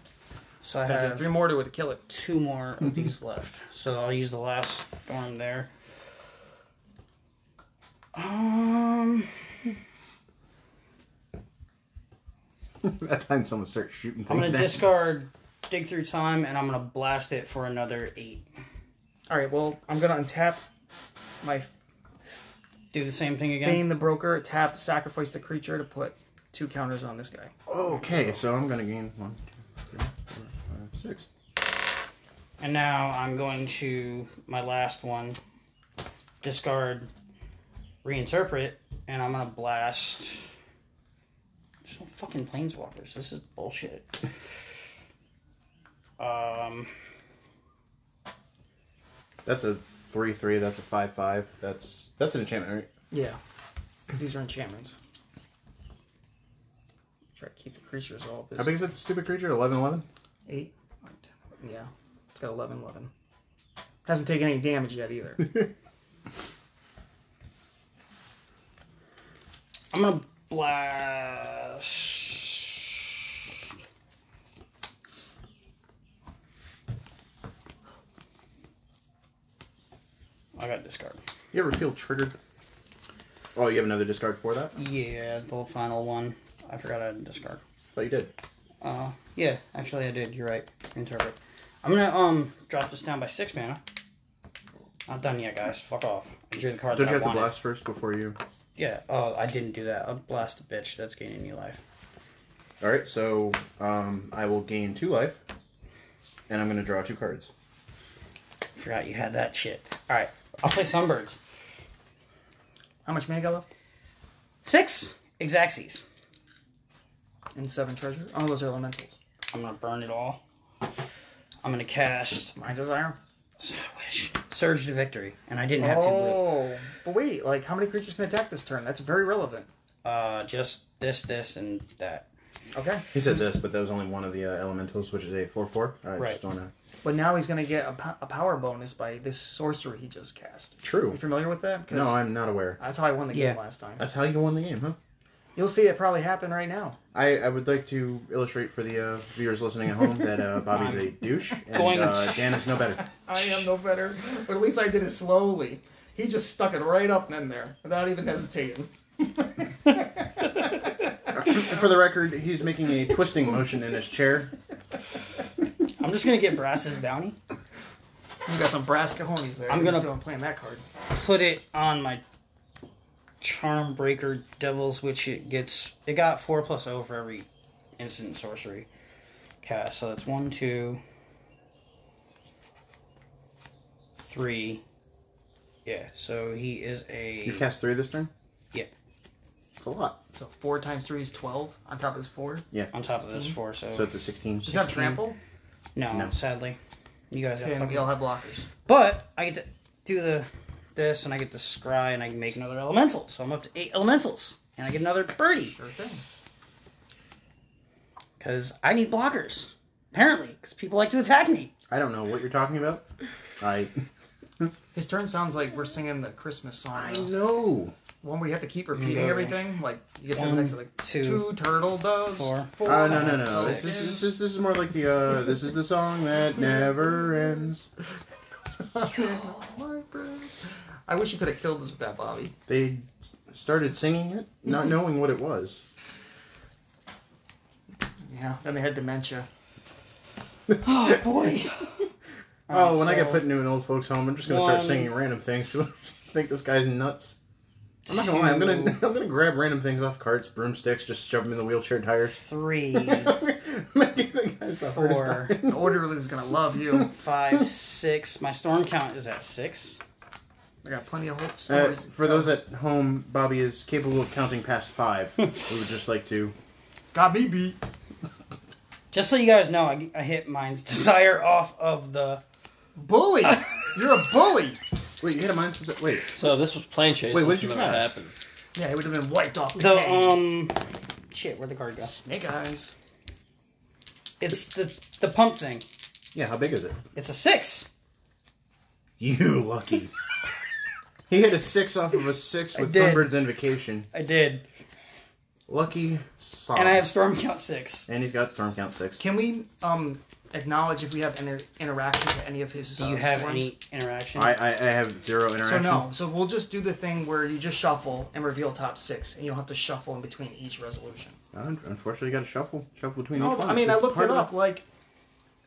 B: So I
C: Gotta do
B: have
C: three more to it to kill it.
B: two more of these left. So I'll use the last storm there. Um,
E: That time someone starts shooting
B: I'm
E: things.
B: gonna
E: down.
B: discard dig through time, and I'm gonna blast it for another eight.
C: All right. Well, I'm gonna untap my
B: Do the same thing again.
C: Bane the Broker. Tap sacrifice the creature to put two counters on this guy.
E: Okay, so I'm gonna gain one, two, three, four, five, six.
B: And now I'm going to my last one. Discard, reinterpret, and I'm gonna blast. There's no fucking planeswalkers. This is bullshit. Um,
E: That's a three three. That's a five five. That's that's an enchantment, right?
C: Yeah. These are enchantments. Try to keep the creatures all
E: How
C: this.
E: big is that stupid creature? Eleven eleven.
C: Eight. nine, 10. Yeah. It's got 11, 11. Hasn't taken any damage yet either.
B: I'm gonna blast. I got discard.
E: You ever feel triggered? Oh, you have another discard for that? I
B: Yeah, the final one. I forgot I had discard.
E: thought you did.
B: Uh, yeah, actually I did. You're right. Interpret. I'm gonna um drop this down by six mana. Not done yet, guys. Fuck off. I drew the card.
E: Don't
B: that
E: you
B: I
E: have to
B: wanted.
E: blast first before you?
B: Yeah. Oh, I didn't do that. I'll blast the bitch that's gaining me life.
E: All right, so um, I will gain two life, and I'm gonna draw two cards.
B: Forgot you had that shit. All right, I'll play Sunbirds.
C: How much mana got left?
B: Six Exacxes.
C: And seven treasure. Oh, those are elementals.
B: I'm gonna burn it all. I'm gonna cast.
C: My desire.
B: I wish Surge to Victory, and I didn't have two blue.
C: Oh, but wait, like how many creatures can attack this turn? That's very relevant.
B: Uh, just this, this, and that.
C: Okay.
E: He said this, but that was only one of the uh, elementals, which is a four four. I
B: Right.
E: just wanna.
C: But now he's going to get a, po- a power bonus by this sorcery he just cast.
E: True.
C: You familiar with that? 'Cause
E: No, I'm not aware.
C: That's how I won the game
B: Yeah.
C: last time.
E: That's how you won the game, huh?
C: You'll see it probably happen right now.
E: I, I would like to illustrate for the uh, viewers listening at home that uh, Bobby's a douche
B: Going-
E: and uh, Dan is no better.
C: I am no better. But at least I did it slowly. He just stuck it right up in there without even hesitating.
E: For the record, he's making a twisting motion in his chair.
B: I'm just gonna get Brass's bounty.
C: You got some brass cojones there.
B: I'm gonna-
C: I'm playing that card.
B: Put it on my Charm Breaker Devils, which it gets. It got four plus O for every instant sorcery cast. So that's one, two, three. Yeah. So he is a.
E: You've cast three this turn?
B: Yeah.
E: It's a lot.
C: So four times three is twelve. On top is four.
E: Yeah.
B: on top of this four. So,
E: So it's a 16.
C: Does that have trample?
B: no,
E: No.
B: sadly, you guys got
C: Okay, and
B: fucking.
C: we all have blockers.
B: But I get to do the this, and I get to scry, and I can make another elemental. So I'm up to eight elementals, and I get another birdie
C: Sure thing.
B: because I need blockers. Apparently, because people like to attack me.
E: I don't know what you're talking about. I
C: His turn sounds like we're singing the Christmas song.
E: I
C: though.
E: know.
C: When we have to keep repeating
B: Go.
C: everything, like you get to the
B: One,
C: next, like
B: two,
C: turtle doves.
B: four,
E: Oh no no no! This
B: Six.
E: is, this is this is more like the uh, this is the song that never ends.
C: My birds. I wish you could have killed us with that, Bobby.
E: They started singing it, not knowing what it was.
C: Yeah. Then they had dementia.
B: Oh boy!
E: Oh, when I get put into an old folks' home, I'm just gonna start
B: One.
E: singing random things. I think this guy's nuts. I'm not gonna lie. I'm gonna I'm gonna grab random things off carts, broomsticks, just shove them in the wheelchair tires.
B: three,
E: Making the guys the hardest
B: four,
C: The orderly is gonna love you.
B: five, six. My storm count is at six.
C: I got plenty of hope
E: Uh,
C: stories. to
E: for
C: tell.
E: those at home, Bobby is capable of counting past five. we would just like to.
C: got me beat.
B: Just so you guys know, I, I hit mine's desire off of the.
C: Bully! You're a bully!
E: Wait, you hit a mine? Wait,
A: So this was plane chase.
E: Wait, what
A: This
E: did
A: is
E: you
A: what
E: cast?
A: happened.
C: Yeah, he would have been wiped off the,
B: The
C: game.
B: um, shit. Where'd the card go?
C: Snake eyes.
B: It's the the pump thing.
E: yeah, how big is it?
B: It's a six.
E: You lucky. he hit a six off of a six with
B: did.
E: Thunderbird's Invocation.
B: I did.
E: Lucky Saw.
B: And I have Storm Count 6.
E: And he's got Storm Count 6.
C: Can we um acknowledge if we have inter- interaction with any of his?
B: Do
C: uh,
B: you have
C: swords?
B: any interaction?
E: I, I, I have zero
C: So
E: interaction.
C: no. So we'll just do the thing where you just shuffle and reveal top six, and you don't have to shuffle in between each resolution.
E: Uh, Un- Unfortunately, you got to shuffle. Shuffle between
C: No,
E: each one.
C: I mean
E: It's
C: I looked
E: part
C: it
E: of
C: up. Like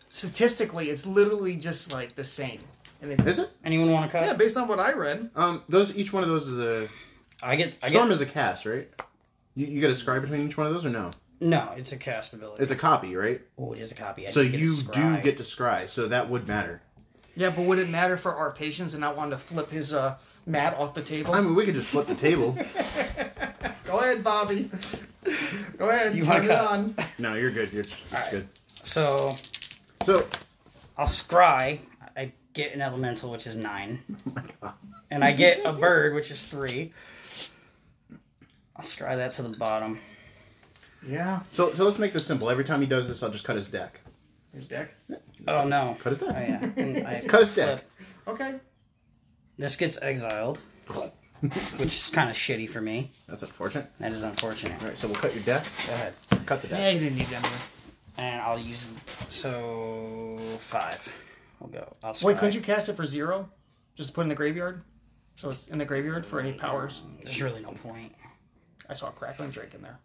C: statistically, it's literally just like the same. And
E: the-
C: they,
E: Is it?
B: Anyone want to cut?
C: yeah, based on what I read.
E: Um, those each one of those is a
B: I get. I
E: storm
B: get
E: is a cast, right? You, you get a scribe between each one of those, or no?
B: no, it's a cast ability.
E: It's a copy, right?
B: oh, it is a copy. I
E: so
B: did get a
E: you do
B: scribe.
E: get to scribe, so that would matter.
C: Yeah, but would it matter for our patients and not want to flip his uh, mat off the table?
E: I mean, we could just flip the table.
C: Go ahead, Bobby. Go ahead.
B: You wanna
C: turn it
B: cut?
C: on.
E: no, you're good. You're it's good.
B: So
E: So
B: I'll scry. I get an elemental, which is nine.
E: oh
B: And I get a bird, which is three. I'll scry that to the bottom.
C: Yeah.
E: so so let's make this simple. Every time he does this, I'll just cut his deck.
C: His deck.
B: Oh no.
E: Cut his
B: Oh
E: deck.
B: yeah. And I
E: Cut his
B: flip.
E: deck.
C: Okay.
B: This gets exiled, which is kind of shitty for me.
E: That's unfortunate.
B: That is unfortunate.
E: All right, so we'll cut your deck.
B: Go ahead.
E: Cut the deck.
C: Yeah, you didn't need that. Anyway.
B: And I'll use so five. We'll go. I'll scry.
C: Wait, couldn't you cast it for zero? Just put in the graveyard? So it's in the graveyard for any powers.
B: There's really no point.
C: I saw a crackling drake in there.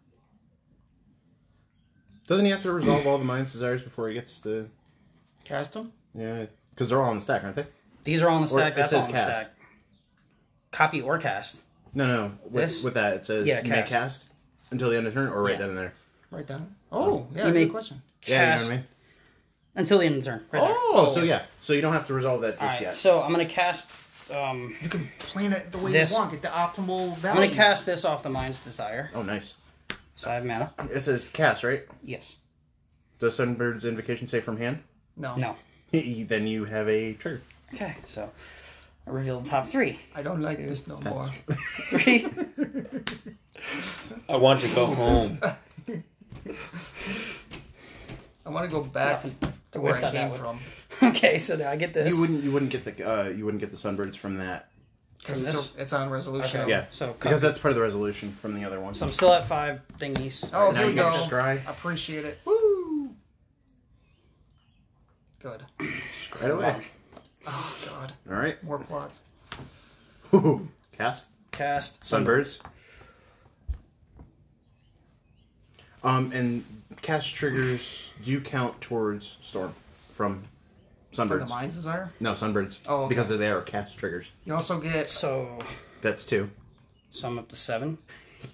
E: Doesn't he have to resolve all the mind's desires before he gets the?
C: Cast him?
E: Yeah, because they're all on the stack, aren't they?
B: These are all on the
E: Or
B: stack.
E: it
B: That's all
E: says
B: on the
E: cast.
B: stack. Copy or cast.
E: No, no. With,
B: This?
E: with that, it says
B: Yeah,
E: you may
B: cast.
E: cast until the end of turn, or right
B: Yeah.
E: then and there.
C: Right down. Oh, yeah, that's a
B: may-
C: good question.
E: Yeah,
B: Cast
E: you know what I mean.
B: until the end of the turn. Right there.
E: Oh, so yeah, so you don't have to resolve that just
B: All right,
E: yet.
B: so I'm gonna cast. Um,
C: You can plan it the way
B: This-
C: you want, get the optimal
B: I'm
C: value.
B: gonna cast this off the Mind's Desire.
E: oh, nice.
B: So I have mana.
E: It says cast, right?
B: Yes.
E: Does Sunbird's invocation say from hand?
C: No,
B: No.
E: then you have a trigger.
B: Okay. So I reveal the top three.
C: I don't like this no more.
B: Three.
A: I want to go home.
C: I want to go back to where
B: Whiffed
C: I
B: on that
C: came
B: one.
C: from.
B: okay. So now I get this.
E: You wouldn't. You wouldn't get the. Uh, you wouldn't get the Sunbirds from that.
C: Because
B: From
C: it's,
B: this?
C: a- it's on resolution.
B: Okay.
E: Yeah.
B: So
E: because
B: copy.
E: that's part of the resolution from the other one.
B: So I'm still at five thingies.
C: Oh,
E: now
C: there
E: you
C: we
E: go.
C: go.
E: Scry.
C: Appreciate it. Woo! Good.
E: Right away.
C: Oh, God.
E: All right.
C: More quads.
E: Ooh. Cast
B: Cast.
E: Sunbirds. Um, and cast triggers do count towards storm
C: For
E: from
C: the
E: Sunbirds.
C: Mind's Desire.
E: no, Sunbirds.
C: Oh, okay.
E: because they are cast triggers.
C: You also get
B: So
E: That's two.
B: so I'm up to seven.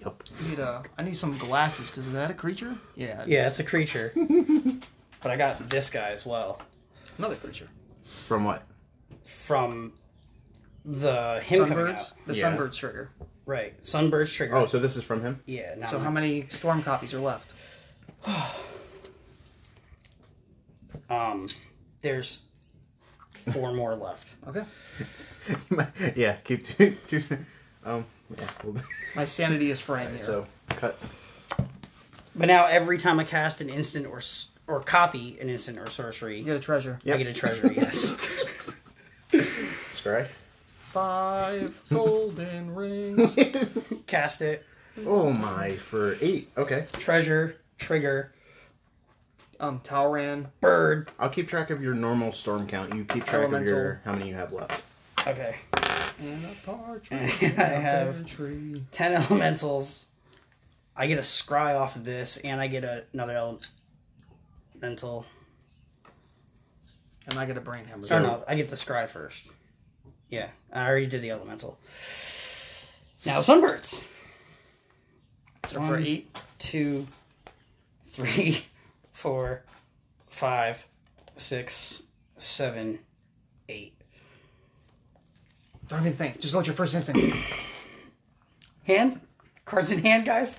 E: Yep.
C: Need uh, I need some glasses because is that a creature? Yeah. it
B: Yeah,
C: is.
B: it's a creature. but I got this guy as well
C: another creature.
E: From what?
B: from the him coming
C: Sunbirds.
B: out.
C: The
E: Yeah.
C: sunbird trigger.
B: Right. Sunbird's trigger.
E: Oh, so this is from him.
B: yeah. Now
C: So
B: I'm-
C: how many storm copies are left?
B: Um, there's four more left.
C: Okay.
E: yeah. Keep two. two um. Yeah. we'll-
C: My sanity is framed here.
E: So cut.
B: But now every time I cast an instant or s- or copy an instant or sorcery,
C: you get a treasure.
B: I get a treasure. Yes.
E: Scry.
C: Five golden rings.
B: cast it.
E: Oh my! For eight. Okay.
B: Treasure. Trigger.
C: Um, Talran.
B: Bird.
E: I'll keep track of your normal storm count. You keep track of your
C: Elemental.
E: how many you have left.
B: Okay.
C: And a partridge.
B: I
C: in a
B: have
C: tree.
B: ten elementals. I get a scry off of this, and I get a, another elemental.
C: And I get a brain hammer.
B: Or no, I get the scry first. Yeah, I already did the elemental. Now sunbirds.
C: So for eight.
B: two, three, four, five, six, seven, eight.
C: Don't even think. Just go with your first instinct.
B: Hand? Cards in hand, guys?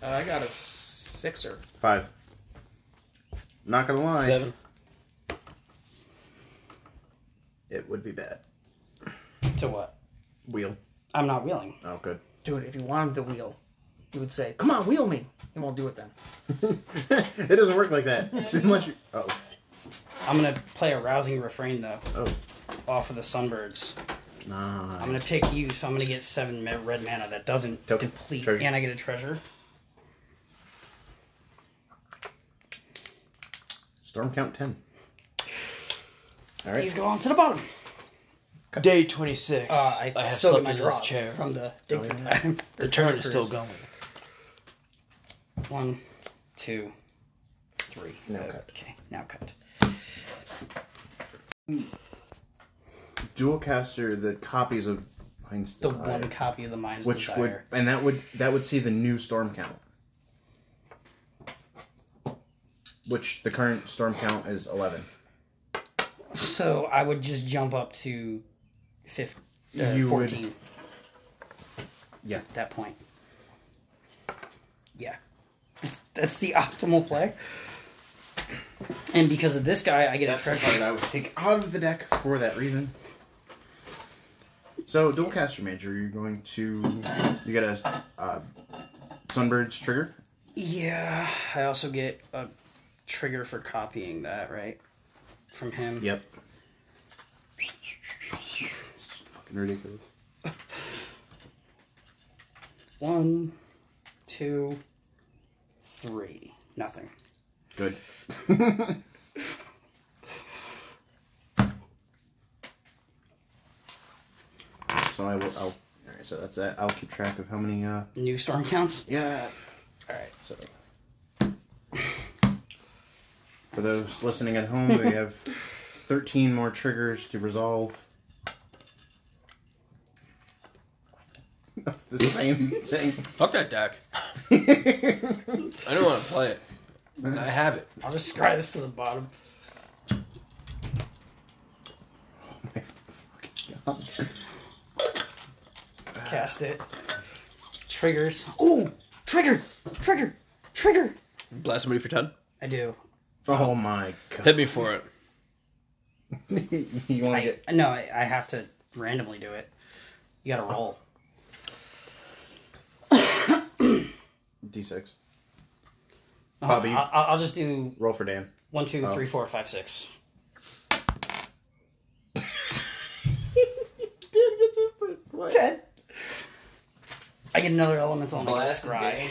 C: Uh, I got a sixer.
E: Five. Not gonna lie.
A: Seven.
E: It would be bad.
B: To what?
E: Wheel.
B: I'm not willing.
E: Oh, good.
C: Dude, if you wanted to wheel, you would say, "Come on, wheel me." He won't do it then.
E: It doesn't work like that. Unless you. Oh.
B: I'm going to play a rousing refrain, though,
E: Oh.
B: off of the Sunbirds.
E: Nah.
B: I'm going to pick you, so I'm going to get seven ma- red mana that doesn't
E: Token.
B: deplete,
E: Treasure.
B: and I get a treasure.
E: Storm count 10. All right.
B: He's going to the bottom.
A: Day 26.
B: Uh, I,
A: have
B: still get
A: slept
B: my
A: in
B: draws
A: this chair.
B: from the dig for time.
A: The turn is still going.
B: One, two, three.
E: Now
B: okay.
E: cut.
B: now cut.
E: Dual caster the copies of Mind's
B: The
E: Desire,
B: one copy of the Mind's
E: which
B: Desire.
E: would and that would that would see the new storm count. Which the current storm count is 11.
B: So I would just jump up to 15, uh,
E: You would-
B: 14
E: Yeah.
B: at that point. Yeah. That's the optimal play. And because of this guy, I get
E: That's
B: a
E: the
B: treasure.
E: card I would take out of the deck for that reason. So, dual caster major, you're going to. You get a uh, Sunbird's trigger.
B: Yeah. I also get a trigger for copying that, right? From him.
E: Yep. It's fucking ridiculous.
B: One, two, three. Nothing.
E: Good. so I will. I'll, all right. So that's that. I'll keep track of how many. Uh.
B: New storm counts.
E: Yeah.
B: All right.
E: So. For those listening at home, we have 13 more triggers to resolve. the same thing.
A: Fuck that deck. I don't want to play it. I have it.
B: I'll just scry this to the bottom. Cast it. Triggers. Ooh! Trigger! Trigger! Trigger!
A: Blast somebody for 10.
B: I do.
E: Oh my god.
A: Hit me for it.
E: you want to
B: I
E: get.
B: no, I, I have to randomly do it. You gotta roll.
E: D6.
B: I'll,
E: Bobby.
B: I'll, I'll just do
E: Roll for Dan.
B: one, two, three, four, five, six. Ten. I get another elemental and I get a scry.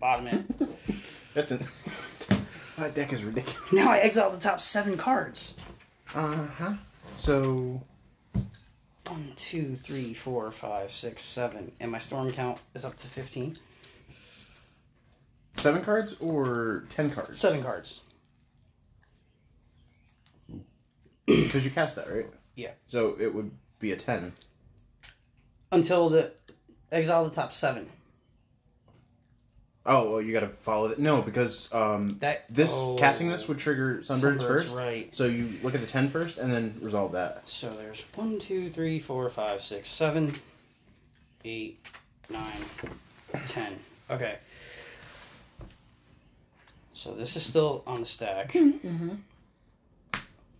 B: Bottom it.
E: That's an. That deck is ridiculous.
B: now I exile the top seven cards.
E: Uh
B: Uh-huh.
E: huh. So
B: One, two, three, four, five, six, seven. And my storm count is up to 15.
E: seven cards or ten cards?
B: Seven cards.
E: Because you cast that right.
B: Yeah.
E: So it would be a ten.
B: Until the exile the top seven.
E: Oh, well, you got to follow it. No, because um,
B: That-
E: this
B: oh.
E: casting this would trigger sunbirds,
B: Sunbirds,
E: first.
B: right.
E: So you look at the ten first and then resolve that.
B: So there's one, two, three, four, five, six, seven, eight, nine, ten. Okay. So this is still on the stack.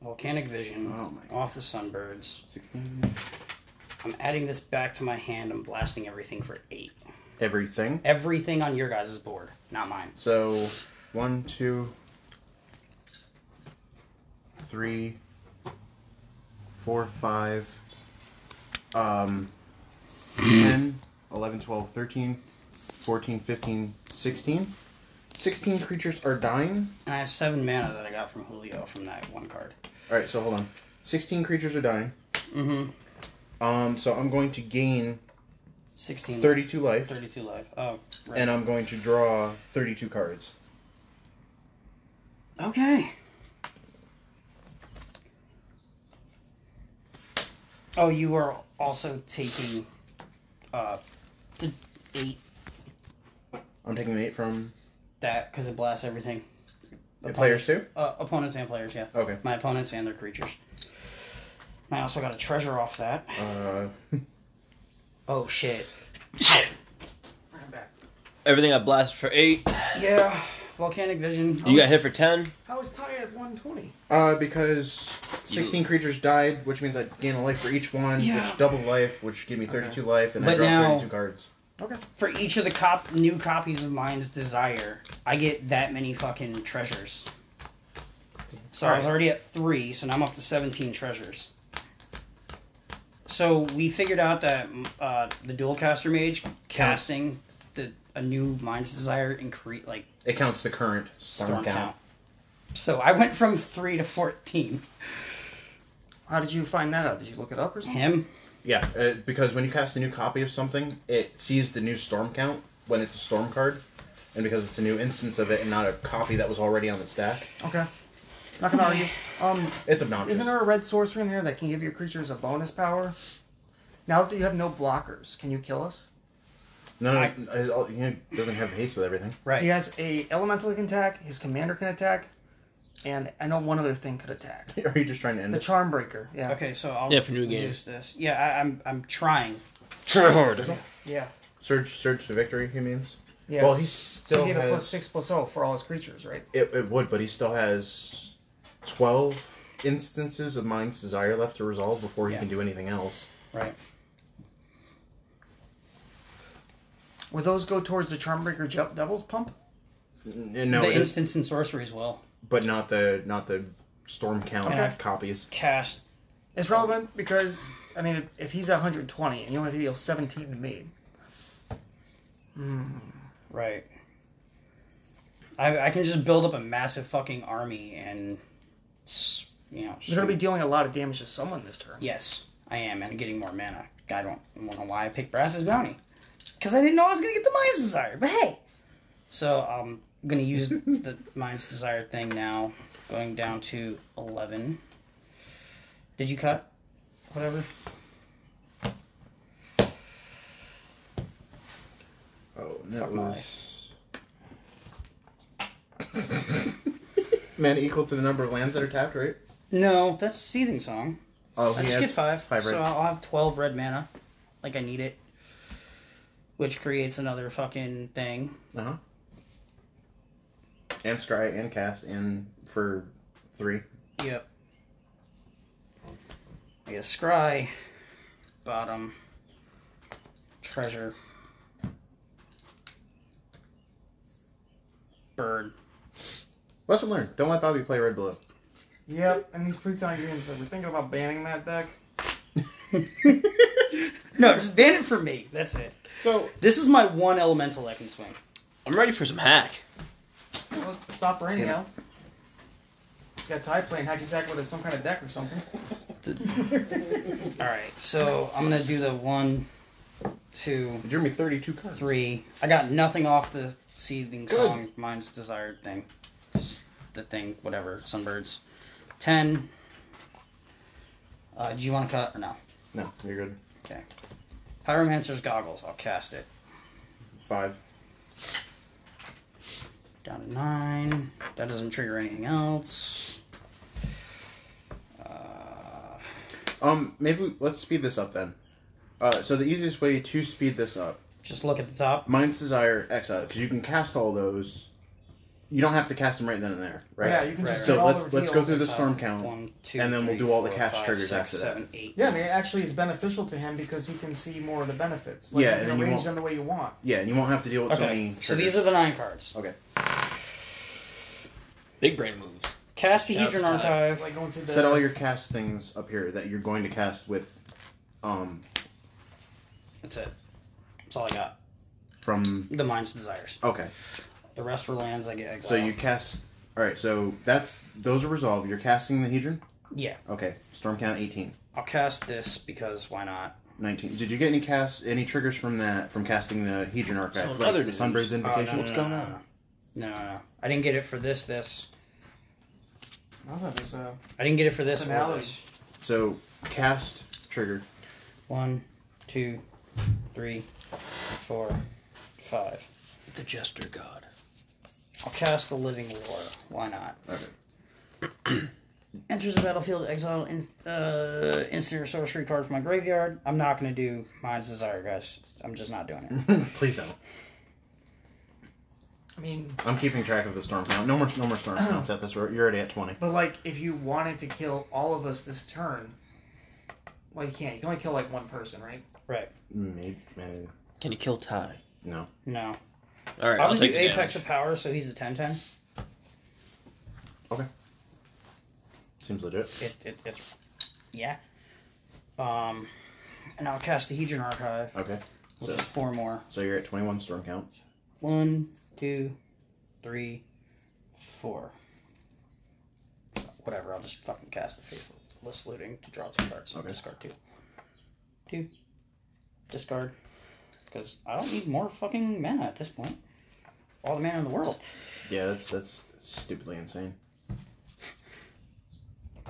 B: Volcanic Vision
E: Oh my God.
B: off the Sunbirds.
E: Sixteen.
B: I'm adding this back to my hand. I'm blasting everything for eight.
E: Everything.
B: Everything on your guys' board, not mine.
E: So one, two, three, four, five, um, 10, 11, 12, 13, 14, 15, 16. 16 creatures are dying.
B: And I have seven mana that I got from Julio from that one card.
E: All right, so hold on. 16 creatures are dying. Mm-hmm. Um, so I'm going to gain
B: 16.
E: 32 life,
B: 32 life. Oh, right.
E: and I'm going to draw 32 cards.
B: Okay. Oh, you are also taking uh the eight
E: I'm taking the eight from
B: that because it blasts everything.
E: the players too.
B: Uh, opponents and players, yeah.
A: Oh.
E: Okay.
B: My opponents and their creatures. And I also got a treasure off that.
E: Uh,
B: Oh shit.
C: I'm back.
A: Everything I blasted for 8.
B: Yeah. Volcanic vision.
A: You got hit for 10.
C: How is Ty at 120?
E: Uh, because 16 creatures died, which means I gain a life for each one,
B: Yeah.
E: which double life, which give me 32 life, and I
B: But
E: draw
B: now-
E: 32 cards.
C: Okay.
B: For each of the cop new copies of Mind's Desire, I get that many fucking treasures. So I was already at three, so now I'm up to 17 treasures. So we figured out that uh, the dual caster mage casting the, a new Mind's Desire increase like
E: It counts the current storm,
B: storm
E: count.
B: count. So I went from three to fourteen.
C: How did you find that out? Did you look it up or something?
B: Him.
E: Yeah, uh, because when you cast a new copy of something, it sees the new storm count when it's a storm card, and because it's a new instance of it and not a copy that was already on the stack,
C: Okay. Not gonna argue. Um,
E: it's obnoxious.
C: isn't there a red sorcerer in there that can give your creatures a bonus power? Now that you have no blockers, can you kill us?
E: No, no, uh, it's all- he doesn't have haste with everything.
B: Right.
C: He has a elemental can attack. His commander can attack, and I know one other thing could attack.
E: Are you just trying to end
C: The
E: it?
C: charm breaker. Yeah.
B: Okay, so I'll
A: Yeah, for new game.
B: reduce this. Yeah, I, I'm I'm trying.
A: Try harder.
C: Yeah.
E: Surge, surge to victory. He means.
C: Yeah.
E: Well, he still
C: so he gave a
E: has.
C: plus six plus oh for all his creatures, right?
E: It, it would, but he still has twelve instances of Mind's Desire left to resolve before he
B: Yeah.
E: can do anything else.
B: Right.
C: Would those go towards the charm breaker Je- devil's pump?
E: N- No,
B: the
E: it is-
B: instance and sorceries will
E: but not the not the storm count
C: Okay.
E: copies.
B: cast.
C: It's relevant because I mean, if, if he's at 120 and you only deal 17 to me,
B: Right. I I can just build up a massive fucking army and s- you know.
C: you're going to
B: sweep.
C: be dealing a lot of damage to someone this turn.
B: Yes, I am, and getting more mana. I don't know why I picked Brass's Bounty. Because I didn't know I was going to get the Mind's Desire, but hey! So um, I'm going to use the Mind's Desire thing now, going down to 11. Did you cut? Whatever.
E: Oh, and that
B: Fuck my
E: was. Man equal to the number of lands that are tapped, right?
B: No, that's Seething Song.
E: Oh,
B: I just get five,
E: five
B: so
E: red.
B: I'll have 12 red mana. Like I need it. Which creates another fucking thing.
E: Uh huh. And scry and cast and for three.
B: Yep. I guess scry, bottom, treasure, bird.
E: Lesson learned. Don't let Bobby play red blue.
C: Yep, and these pre-con games, if we're thinking about banning that deck,
B: No, just ban it for me. That's it.
E: So
B: This is my one elemental I can swing.
A: I'm ready for some hack.
C: stop raining now. Got Ty playing hacky sack with some kind of deck or something.
B: All right, so I'm gonna do the one, two,
E: it drew me thirty-two cards.
B: three. I got nothing off the seething
E: Good.
B: song. Mine's desired thing. S- The thing, whatever. Sunbirds. Ten. Uh, do you want to cut or no?
E: No, you're good.
B: Okay. Pyromancer's goggles. I'll cast it.
E: Five.
B: Down to nine. That doesn't trigger anything else. Uh,
E: Um, maybe we- let's speed this up then. Uh, so the easiest way to speed this up,
B: just look at the top.
E: Mind's Desire, Exile, because you can cast all those. You don't have to cast them right then and there, right?
C: Yeah, you can
B: Right,
C: just
B: right.
C: do
E: So
C: all
E: let's-
C: the
E: let's go through
C: reveals.
E: this- storm count,
B: One, two,
E: and then we'll
B: three,
E: do all the
B: four,
E: cash
B: five,
E: triggers
B: six,
E: after that.
B: seven, eight.
C: Yeah, I mean, it actually is beneficial to him because he can see more of the benefits.
E: Yeah,
C: you
E: and
C: can
E: you
C: arrange
E: won't-
C: them the way you want.
E: Yeah, and you won't have to deal with so
B: Okay.
E: many.
B: So
E: triggers.
B: these are the nine cards.
E: Okay.
A: Big brain moves.
B: Cast the
A: Shout out
B: Hedron
A: to Todd.
B: Archive.
C: Like going to the
E: Set all your cast things up here that you're going to cast with, um,
B: That's it. That's all I got.
E: from.
B: The Mind's Desires.
E: Okay.
B: The rest were lands I get
E: So
B: exiled.
E: you cast. All right. So that's those are resolved. You're casting the Hedron.
B: Yeah.
E: Okay. Storm count 18,
B: I'll cast this because why not?
E: 19. Did you get any cast any triggers from that from casting the Hedron archive?
A: So in
E: Like
A: other
E: the
A: news-
E: Sunbird's
B: Oh, no,
E: invocation.
B: no, no, no, no, No, no, no, no. I didn't get it for this, this.
C: I thought it was uh,
B: I didn't get it for this or
C: Finality.
B: this.
E: So cast triggered.
B: One, two, three, four, five.
A: The jester god.
B: I'll cast the Living War. Why not?
E: Okay.
B: Enters the battlefield, exile in, uh, instant or sorcery card from my graveyard. I'm not going to do Mind's Desire, guys. I'm just not doing it.
E: Please don't.
C: I mean,
E: I'm keeping track of the storm count. No more, no more storm counts at this. rate. You're already at 20.
C: but like if you wanted to kill all of us this turn, well, you can't. You can only kill like one person, right?
B: right.
E: Maybe, maybe
A: Can you kill Ty?
E: no.
B: No.
A: All right,
B: I'll,
A: I'll,
B: just do
A: take the
B: Apex
A: damage.
B: of Power, so he's a 10 10.
E: Okay. Seems legit.
B: It, it, it's. Yeah. Um, and I'll cast the Hedron Archive,
E: Okay.
B: which
E: So,
B: is four more.
E: so you're at 21 storm count.
B: One, two, three, four. whatever. I'll just fucking cast the faceless looting to draw two cards.
E: Okay.
B: Discard two. Two. Discard. Because I don't need more fucking mana at this point. All the mana in the world.
E: Yeah, that's that's stupidly insane.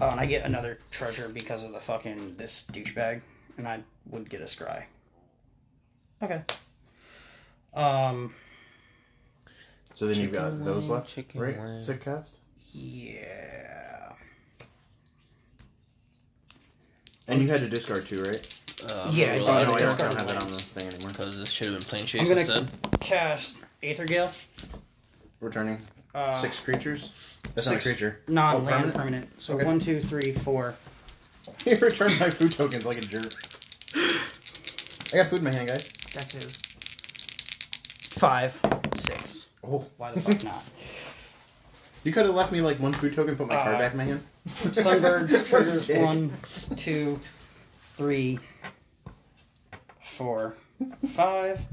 B: Oh, and I get another treasure because of the fucking this douchebag, and I would get a scry. Okay. Um.
E: So then you've got
A: Chicken
E: those
A: wing,
E: left,
A: chicken
E: right?
A: wing.
E: To cast,
B: Yeah.
E: and you had to discard two, right?
A: Uh,
B: Yeah,
A: I'm
B: you
E: Oh
A: gonna
B: had to
E: no, I don't
B: discard
E: have it on
B: once.
E: the thing anymore.
A: Because this should have been plain
B: I'm
A: chase
B: gonna
A: instead.
B: cast Aether Gale.
E: Returning
B: Uh,
E: six creatures. That's not a
B: six.
E: creature.
B: Non
E: Oh,
B: land
E: permanent?
B: permanent? So
E: Okay.
B: one, two, three, four.
E: He returned my food tokens like a jerk. I got food in my hand, guys.
C: That's his.
B: Five. Six.
E: Oh,
B: Why the fuck not?
E: you could have left me like one food token, put my
B: Uh,
E: card back in my hand.
B: Sunbirds triggers
E: Dick.
B: one, two, three, four, five.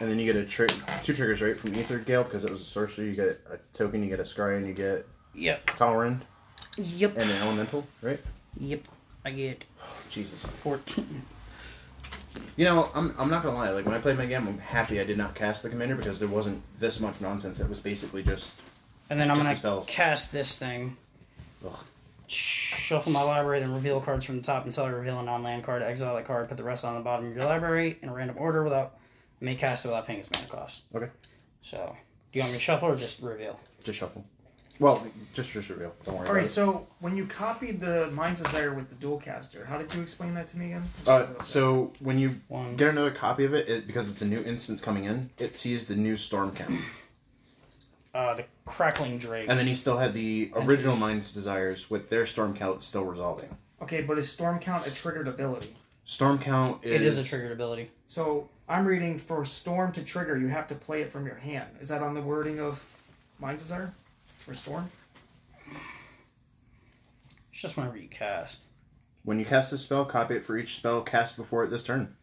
E: And then you get a tri- two triggers right from Ether Gale because it was a sorcery. You get a token, you get a scry, and you get
B: Yep.
E: Tolerant
B: Yep.
E: and an Elemental, right?
B: Yep. I get
E: Jesus.
B: 14.
E: You know, I'm, I'm not gonna lie. Like when I played my game, I'm happy I did not cast the commander because there wasn't this much nonsense. It was basically just
B: And then I'm
E: Just
B: going
E: the spells.
B: to cast this thing.
E: ugh,
B: Shuffle my library, then reveal cards from the top until I reveal a non-land card. Exile that card, put the rest on the bottom of your library in random order without... May cast it without paying its mana cost.
E: okay,
B: So, do you want me to shuffle or just reveal?
E: just shuffle. Well, just just reveal. Don't worry.
C: All right,
E: about
C: so when you copied the Mind's Desire with the dual caster, how did you explain that to me again?
E: it. Uh, so when you
B: One.
E: get another copy of it, it, because it's a new instance coming in, it sees the new storm count,
B: Uh, the Crackling Drake.
E: and then he still had the original mind's desires with their storm count still resolving.
C: okay, but is Storm Count a triggered ability?
E: Storm count is
B: It is a triggered ability.
C: So I'm reading for Storm to trigger, you have to play it from your hand. Is that on the wording of Mind's Desire for Storm?
B: It's just whenever you cast.
E: When you cast a spell, copy it for each spell cast before it this turn.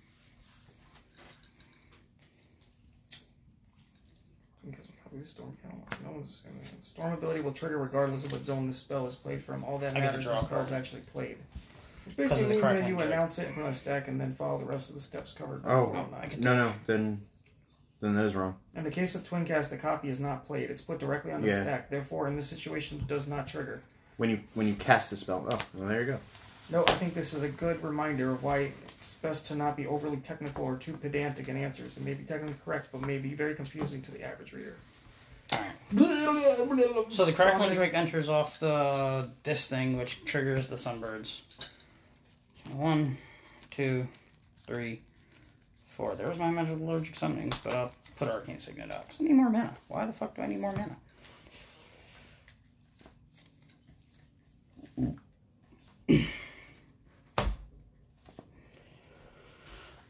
C: Because we copy the Storm Count. No one's, storm ability will trigger regardless of what zone the spell is played from. All that
B: I get to
C: matters is
B: draw
C: the
B: a
C: spell is
B: card.
C: actually played. Which
B: Because of
C: basically
B: the
C: means that
B: crackling
C: you
B: drake.
C: announce it and put it on a stack and then follow the rest of the steps covered.
E: Oh,
B: Oh, no, I can
E: no, no, then then that is wrong.
C: In the case of Twincast, the copy is not played. It's put directly on the
E: Yeah.
C: stack. Therefore, in this situation, it does not trigger.
E: When you when you cast the spell, oh, well, there you go.
C: No, I think this is a good reminder of why it's best to not be overly technical or too pedantic in answers. It may be technically correct, but may be very confusing to the average reader.
B: So the crackling drake enters off the this thing, which triggers the sunbirds. So one, two, three, four. There's my magic allergic summonings, but I'll put arcane signet out. 'cause I need more mana. Why the fuck do I need more mana?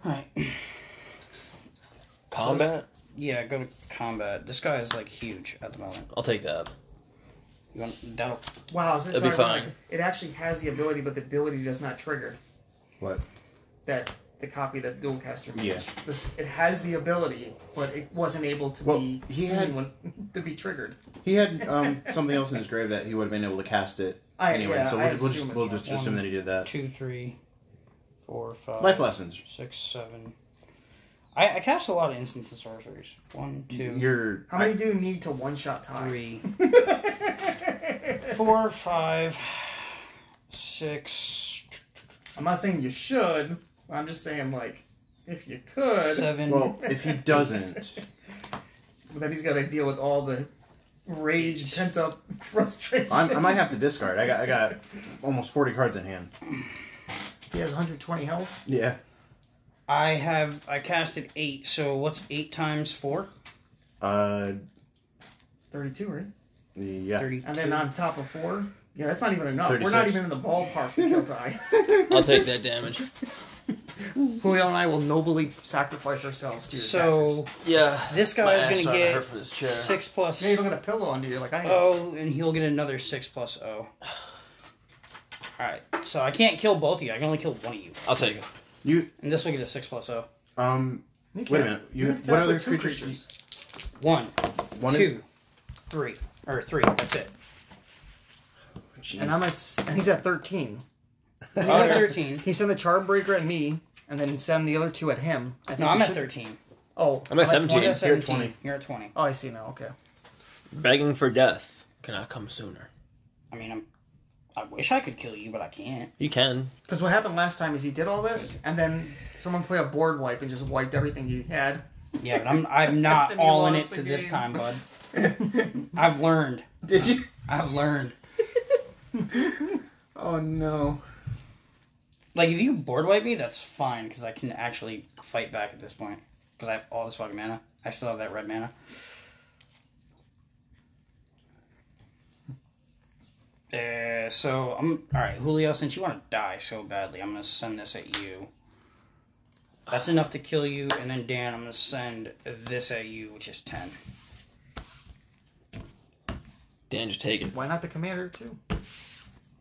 B: Alright.
A: Combat?
B: Yeah, go to combat. This guy is like huge at the moment.
A: I'll take that.
B: You want that'll
C: Wow, so it's
A: That'd be
C: ironic.
A: fine.
C: It actually has the ability, but the ability does not trigger
E: What?
C: that the copy that dual caster made.
E: Yeah.
C: This, it has the ability, but it wasn't able to
E: Well,
C: be
E: he
C: seen
E: had-
C: when, to be triggered.
E: He had um, something else in his grave that he would have been able to cast it
C: I-
E: anyway.
C: yeah,
E: so
C: I
E: we'll, we'll
C: assume
E: just
C: it's
E: we'll just
B: one.
E: assume that he did that.
B: two, three, four, five,
E: Life lessons.
B: six, seven. I, I cast a lot of instant and sorceries. One, two,
E: You're
C: How many do you need to one shot tie?
B: three, four, five, six,
C: I'm not saying you should. I'm just saying like if you could,
E: I-
B: seven.
E: well, if he doesn't,
C: but then he's got to deal with all the rage, pent up frustration.
E: I'm, I might have to discard. I got I got almost forty cards in hand.
C: He has 120 health.
E: Yeah.
B: I have I casted eight. So what's eight times four?
E: Uh,
C: 32, right?
E: yeah.
B: Thirty.
C: And then on top of four. Yeah, that's not even enough. We're
E: 36.
C: not even in the ballpark for kill tie.
A: I'll take that damage.
C: Julio and I will nobly sacrifice ourselves to your
B: So
A: Yeah.
B: This guy
A: my
B: is
A: ass
B: gonna
A: started to
B: get
A: hurt from this chair.
B: six plus
C: Yeah, you don't get a pillow under you like I do.
B: oh, and he'll get another six plus oh. All right. So I can't kill both of you. I can only kill one of you.
A: I'll take it.
E: You
B: And this will get a six plus oh.
E: um.
C: You
E: Wait a
C: can't.
E: minute.
C: You
E: You
C: have to
E: what
C: have
E: other
C: two
E: creatures?
C: creatures.
B: One,
E: One
B: two, three. Or three. That's it.
E: Jeez.
C: And I'm at, s- and he's at 13.
B: He's at 13.
C: He sent the Charbreaker at me, and then send the other two at him. I think
B: No,
C: we
B: I'm at
C: should-
B: 13.
C: Oh,
A: I'm at 17.
B: He's at
E: You're at
B: 17.
E: 20.
B: You're at 20.
C: Oh, I see now. Okay.
A: Begging for death cannot come sooner.
B: I mean, I'm, I wish I could kill you, but I can't.
A: You can.
C: Because what happened last time is he did all this, and then someone played a board wipe and just wiped everything he had.
B: Yeah, but I'm I'm not
C: Then you
B: all in
C: lost
B: it
C: the
B: to this
C: game.
B: time, bud. I've learned.
E: Did you?
B: I've learned.
E: Oh no.
B: Like, if you board wipe me, that's fine, because I can actually fight back at this point. Because I have all this fucking mana. I still have that red mana. Uh, so, I'm. Alright, Julio, since you want to die so badly, I'm going to send this at you. That's enough to kill you, and then Dan, I'm going to send this at you, which is 10.
A: Dan just take it.
C: Why not the commander too?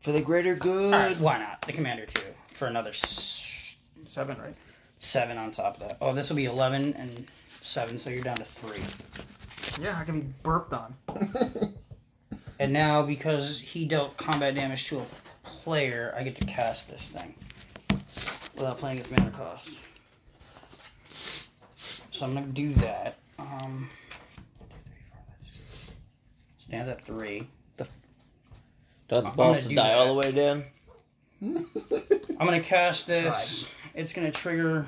A: For the greater good.
B: Alright, why not? The commander, too, for another s-
C: Seven, right?
B: 7 on top of that. Oh, this will be 11 and 7, so you're down to 3.
C: Yeah, I can be burped on.
B: And now, because he dealt combat damage to a player, I get to cast this thing without playing its mana cost. So I'm gonna do that. Um, stands at three.
A: Don't the
B: I'm
A: balls
B: gonna
A: to
B: do
A: die
B: that.
A: all the way, Dan?
B: I'm gonna cast this. It's gonna trigger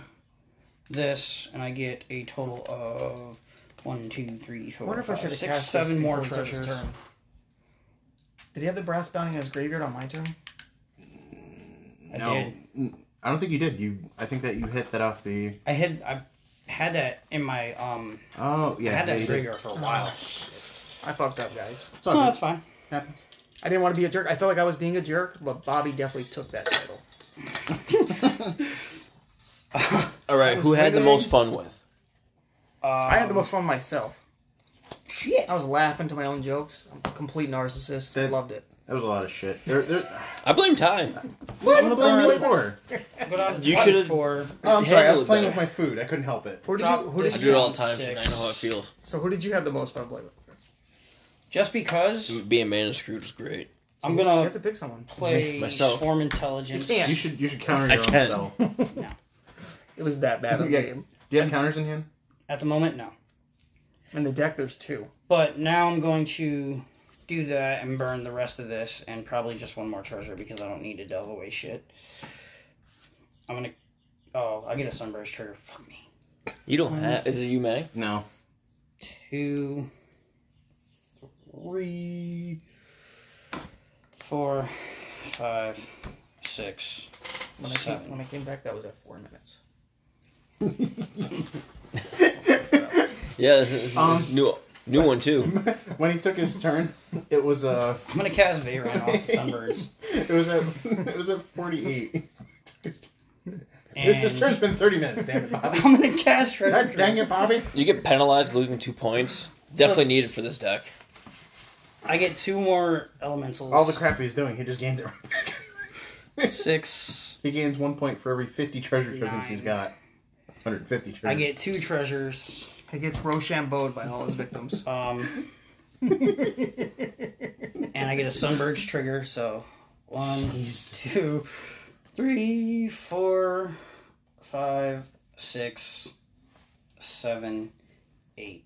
B: this, and I get a total of one, two, three,
C: I
B: four,
C: wonder if I
B: five,
C: should have
B: six,
C: cast
B: seven
C: this
B: more
C: before he took his
B: treasures.
C: turn. Did he have the brass bounty in his graveyard on my turn?
B: I
E: no.
B: did.
E: I don't think you did. You. I think that you hit that off the.
B: I had I had that in my um.
E: Oh
B: I
E: yeah.
B: had that
E: yeah, you
B: in
E: did.
B: graveyard for a while.
C: I fucked up, guys.
E: It's all
B: No,
E: good.
B: that's fine.
E: happens.
C: I didn't want to be a jerk. I felt like I was being a jerk, but Bobby definitely took that title.
A: All right, who had the
C: wiggling.
A: most fun with?
B: Um,
C: I had the most fun myself.
B: shit.
C: I was laughing to my own jokes. I'm a complete narcissist.
E: That-
C: Loved it.
E: That was a lot of shit. There, there,
A: I blame Ty.
E: what? I'm gonna blame you
C: Alright.
E: for.
B: But I was
A: You
B: you
A: should've-
B: for
E: Oh, I'm sorry. I
A: Handle
E: was
A: it
E: playing
A: better.
E: with my food. I couldn't help it.
C: Who did
B: Drop
C: you? Who
A: I
C: did
B: this
C: you
A: do it all the
B: down
A: time,
B: to
A: so I
B: six.
A: know how it feels.
C: so who did you have the most fun playing with?
B: just because
A: Being man and screwed is great.
B: I'm
C: You
B: gonna
C: have to pick someone.
B: play
A: myself.
B: Swarm Intelligence.
C: You can't.
E: You should. You should counter
A: I
E: your own
A: can.
E: spell. Do
C: It was that bad of a
E: Yeah.
C: game.
E: you have counters in hand?
B: At the moment, no.
C: In the deck, there's two.
B: But now I'm going to do that and burn the rest of this and probably just one more treasure because I don't need to delve away shit. I'm gonna. Oh, I get a sunburst trigger. Fuck me.
A: You don't have. Is it you, Manny?
E: No.
B: Two, three, four, five, six,
C: When I, came, when
B: seven.
C: I came back, that was at four minutes.
A: Yeah, this is, this is new new one too.
E: When he took his turn, it was uh,
B: I'm gonna cast Veyran off the sunbursts.
E: it was at, it was at 48. this,
B: And
E: this turn's been 30 minutes. Damn it, Bobby.
B: I'm gonna cast Treasure
E: God dang
B: Cruise.
E: it, Bobby.
A: You get penalized losing two points. Definitely needed for this deck.
B: I get two more elementals.
E: All the crap he's doing, he just gains it.
B: Six.
E: he gains one point for every 50 treasure tokens
B: Nine.
E: he's got. 150 treasure.
B: I get two treasures.
C: He gets Rochambeaued by all his victims.
B: Um, and I get a Sunburst trigger. So one, two, three, four, five, six, seven, eight.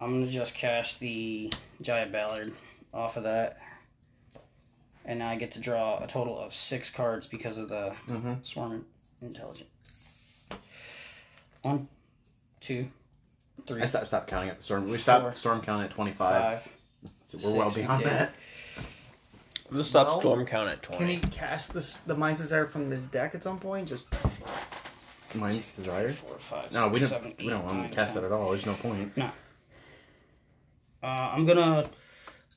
B: I'm gonna just cast the Giant Ballard off of that. And now I get to draw a total of six cards because of the
E: Mhm.
B: Swarm Intelligent. One, two, three,
E: I stopped, stopped counting at the storm. We stopped
B: Four.
E: storm counting at 25.
B: five.
E: So we're well
B: six, we
E: beyond
B: did.
E: that.
A: Let's stop
C: Well,
A: storm count at
C: Can
A: twenty.
C: he cast this, the Mind Desire from his deck at some point? Just
E: Mine's desire.
B: four, five,
E: No, we
B: six,
E: don't.
B: seven,
E: we don't
B: eight,
E: want
B: nine,
E: to cast
B: ten.
E: that at all. There's no point.
B: No. Uh, I'm gonna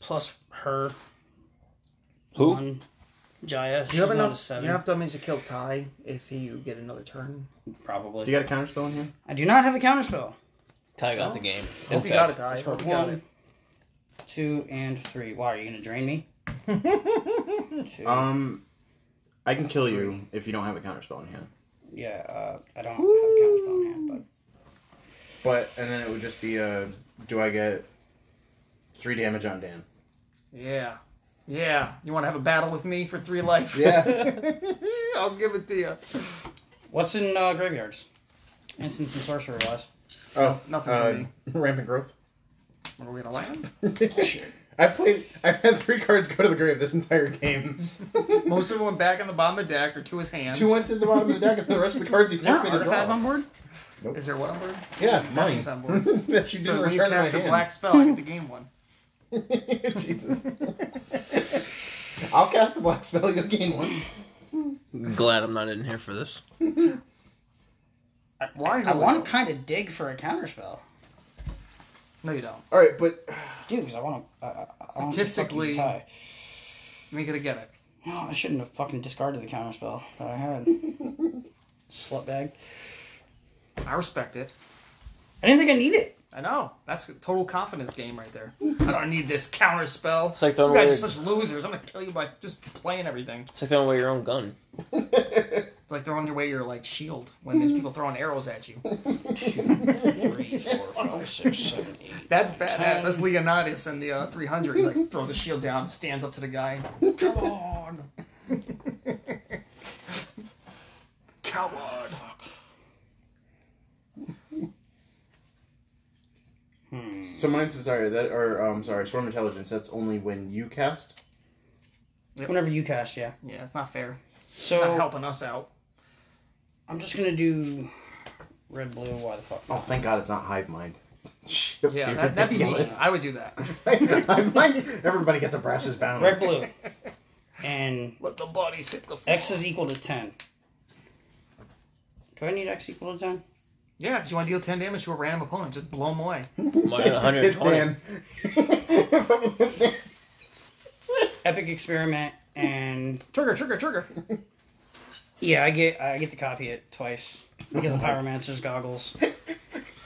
B: plus her
A: Who?
B: one, Jaya.
C: you have
B: She's not a
C: enough.
B: seven,
C: You have enough to kill Ty if you get another turn.
B: probably.
E: Do you got a counter spell in here?
B: I do not have a counterspell.
A: Ty got the game. In
C: Hope you got it,
A: fact,
C: Ty. Hope you got
B: One,
C: it.
B: two, and three. Why are you gonna drain me? two.
E: Um, I can kill you if you don't have a counter spell in hand.
B: yeah, uh, I don't have a counterspell in hand, but
E: But and then it would just be a do I get three damage on Dan?
C: Yeah. Yeah. You want to have a battle with me for three life?
E: Yeah.
C: I'll give it to you.
B: What's in uh, graveyards? Instance and sorcerer wise.
E: oh,
C: Nothing for me.
E: Rampant growth.
C: Are we gonna land?
E: I've played. I've had three cards go to the grave this entire game.
C: Most of them went back on the bottom of the deck or to his hand.
E: Two went to the bottom of the deck, and the rest of the cards you
C: Is there
E: forced
C: an
E: me to
C: artifact
E: draw.
C: on board?
E: Nope.
C: Is there what on board?
E: Yeah, mine.
C: Nothing's on board.
E: that you didn't
C: So when you
E: return to my
C: cast a
E: hand.
C: black spell, I get to gain one.
E: Jesus. I'll cast the black spell. You'll gain one.
A: Glad I'm not in here for this.
C: Why?
B: I want to kind of dig for a counterspell.
C: No, you don't.
E: All right, but
B: Dude, because I want to. Uh, I want
C: Statistically-
B: to tie.
C: You ain't gonna get it.
B: No, I shouldn't have fucking discarded the counterspell that I had. Slutbag.
C: I respect it.
B: I didn't think I need it.
C: I know. That's a total confidence game right there. I don't need this counter spell.
A: It's like throwing
C: you guys
A: away.
C: are such losers. I'm gonna kill you by just playing everything.
A: It's like throwing away your own gun.
C: It's like throwing away your like shield when there's people throwing arrows at you.
B: Three, four, five, six, seven, eight.
C: That's badass. That's Leonidas in the uh, 300. He's like throws a shield down, stands up to the guy. Come on. Coward.
E: so mine's sorry that or um sorry swarm intelligence. That's only when you cast.
B: Whenever you cast, yeah.
C: Yeah, it's not fair. It's not
B: So
C: helping us out.
B: I'm just gonna do red, blue. Why the fuck?
E: Oh, thank God it's not hive mind. Shit,
C: Yeah,
E: you're
C: that, that'd be me.
E: ridiculous.
C: I would do that.
E: Hive mind. Everybody gets a brasses bound.
B: Red, blue, and
C: Let the bodies hit the floor.
B: X is equal to ten. Do I need X equal to ten?
C: Yeah, because you want to deal 10 damage to a random opponent. Just blow them away.
A: Mine at
E: It's
A: 120.
E: Dan.
B: Epic experiment, and
C: Trigger, trigger, trigger.
B: yeah, I get I get to copy it twice because of Pyromancer's goggles.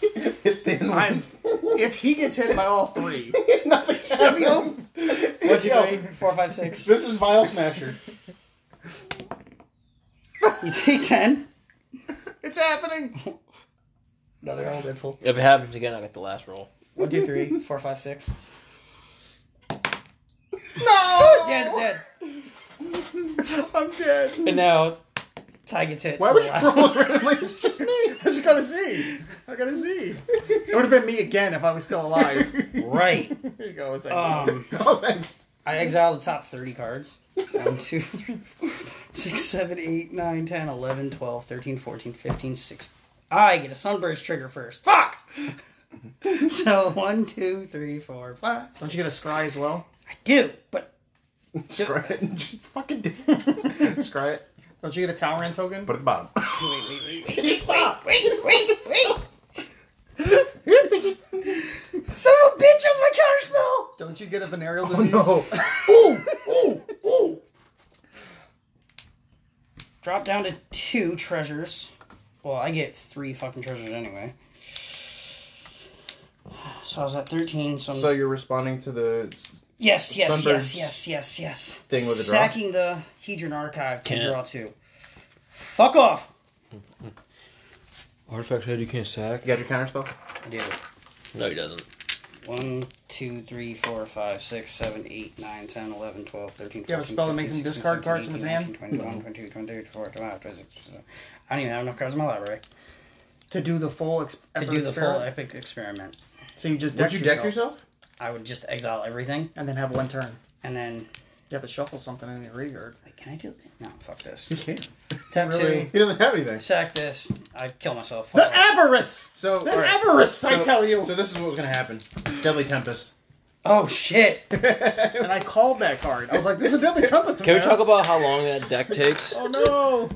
E: It's Dan
C: I'm,
E: Mines.
C: if he gets hit by all three,
E: Nothing happens.
B: One, two,
E: Yo,
B: three, four, five, six.
E: This is Vile Smasher.
B: You take ten.
C: it's happening.
B: Another elemental.
A: If it happens again, I get the last roll.
B: One, two, three, four, five, six.
C: No!
B: Yeah, it's dead.
C: I'm dead.
B: And now Ty gets hit.
E: Why
B: for
E: would
B: the
E: you
B: last
E: roll randomly? It's just me.
C: I just gotta see. I gotta see. It would have been me again if I was still alive.
B: one. Right.
C: There you go. It's
B: Um,
E: Oh, thanks.
B: I exile the top 30 cards. 1, 2, 3, 4, 6, 7, 8, 9, 10, 11, 12, 13, 14, 15, 16. I get a sunburst trigger first. Fuck! so, one, two, three, four, five.
C: Don't you get a scry as well?
B: I do, but
E: Scry it. Just fucking do it. Scry it.
C: Don't you get a Talran token?
E: Put it at the bottom.
B: wait, wait, wait, wait.
E: wait, wait, wait.
B: Son of a oh, bitch, that was my
C: Don't you get a venereal
E: Oh,
C: disease?
E: no.
B: counterspell! Drop down to two treasures. Well, I get three fucking treasures anyway. So I was at 13, so I'm
E: So you're responding to the
B: Yes, yes,
E: Sunbird's
B: yes, yes, yes, yes.
E: thing with a draw?
B: Sacking the Hedron Archive to
A: Can't.
B: draw two. Fuck off!
A: Artifact head, you can't sack.
E: You got your counter spell?
B: I do.
A: No, he doesn't.
B: One, two, three, four, five, six, seven, eight, nine, 10, 11, 12, 13,
C: you have a
B: 14,
C: spell that
B: 15,
C: makes him
B: 16, 17,
C: discard cards from his
B: 18,
C: hand?
B: 19, 20, 21, 22, 23, 24, 25, 26, 27. I don't even have enough cards in my library
C: To do the full exp-
B: to
C: epic
B: do the full
C: experiment.
B: epic experiment.
C: So you just
E: Did
C: deck,
E: you
C: yourself,
E: deck yourself?
B: I would just exile everything
C: and then have one turn.
B: and then.
C: You have to shuffle something in your rearguard.
B: Wait, can I do it? No, fuck this.
E: You can.
B: Tap
C: Really?
E: He doesn't have anything.
B: two, sack this, I kill myself.
C: The avarice.
E: So
C: The
E: all right.
C: avarice, I
E: So-
C: tell you.
E: So this is what was gonna happen. Deadly Tempest.
B: oh shit!
C: and I called that card. I was like, "There's a deadly compass." in
A: Can we
C: there.
A: talk about how long that deck takes?
C: Oh no!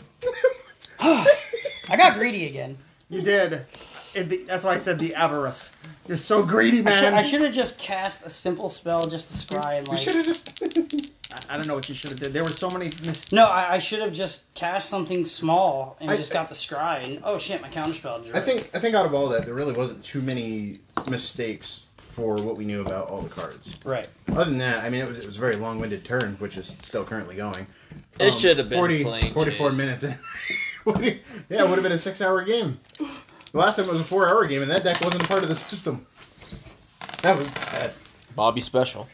B: I got greedy again.
C: You did. It be, that's why I said the avarice. You're so greedy,
B: I should,
C: man.
B: I should have just cast a simple spell just to scry and
E: You
B: like.
E: should have just.
C: I, I don't know what you should have did. There were so many mistakes.
B: No, I, I should have just cast something small and
E: I-
B: just got the scry and oh shit, my counterspell drew.
E: I think. I think out of all that, there really wasn't too many mistakes for what we knew about all the cards.
B: right.
E: Other than that, I mean, it was it was a very long-winded turn, which is still currently going.
A: It
E: Um,
A: should have been plain
E: 44
A: chase.
E: minutes. in. Forty- yeah, it would have been a six-hour game. The last time it was a four-hour game, and that deck wasn't a part of the system. That was bad.
A: Bobby special.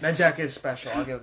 C: That deck is special. I'll give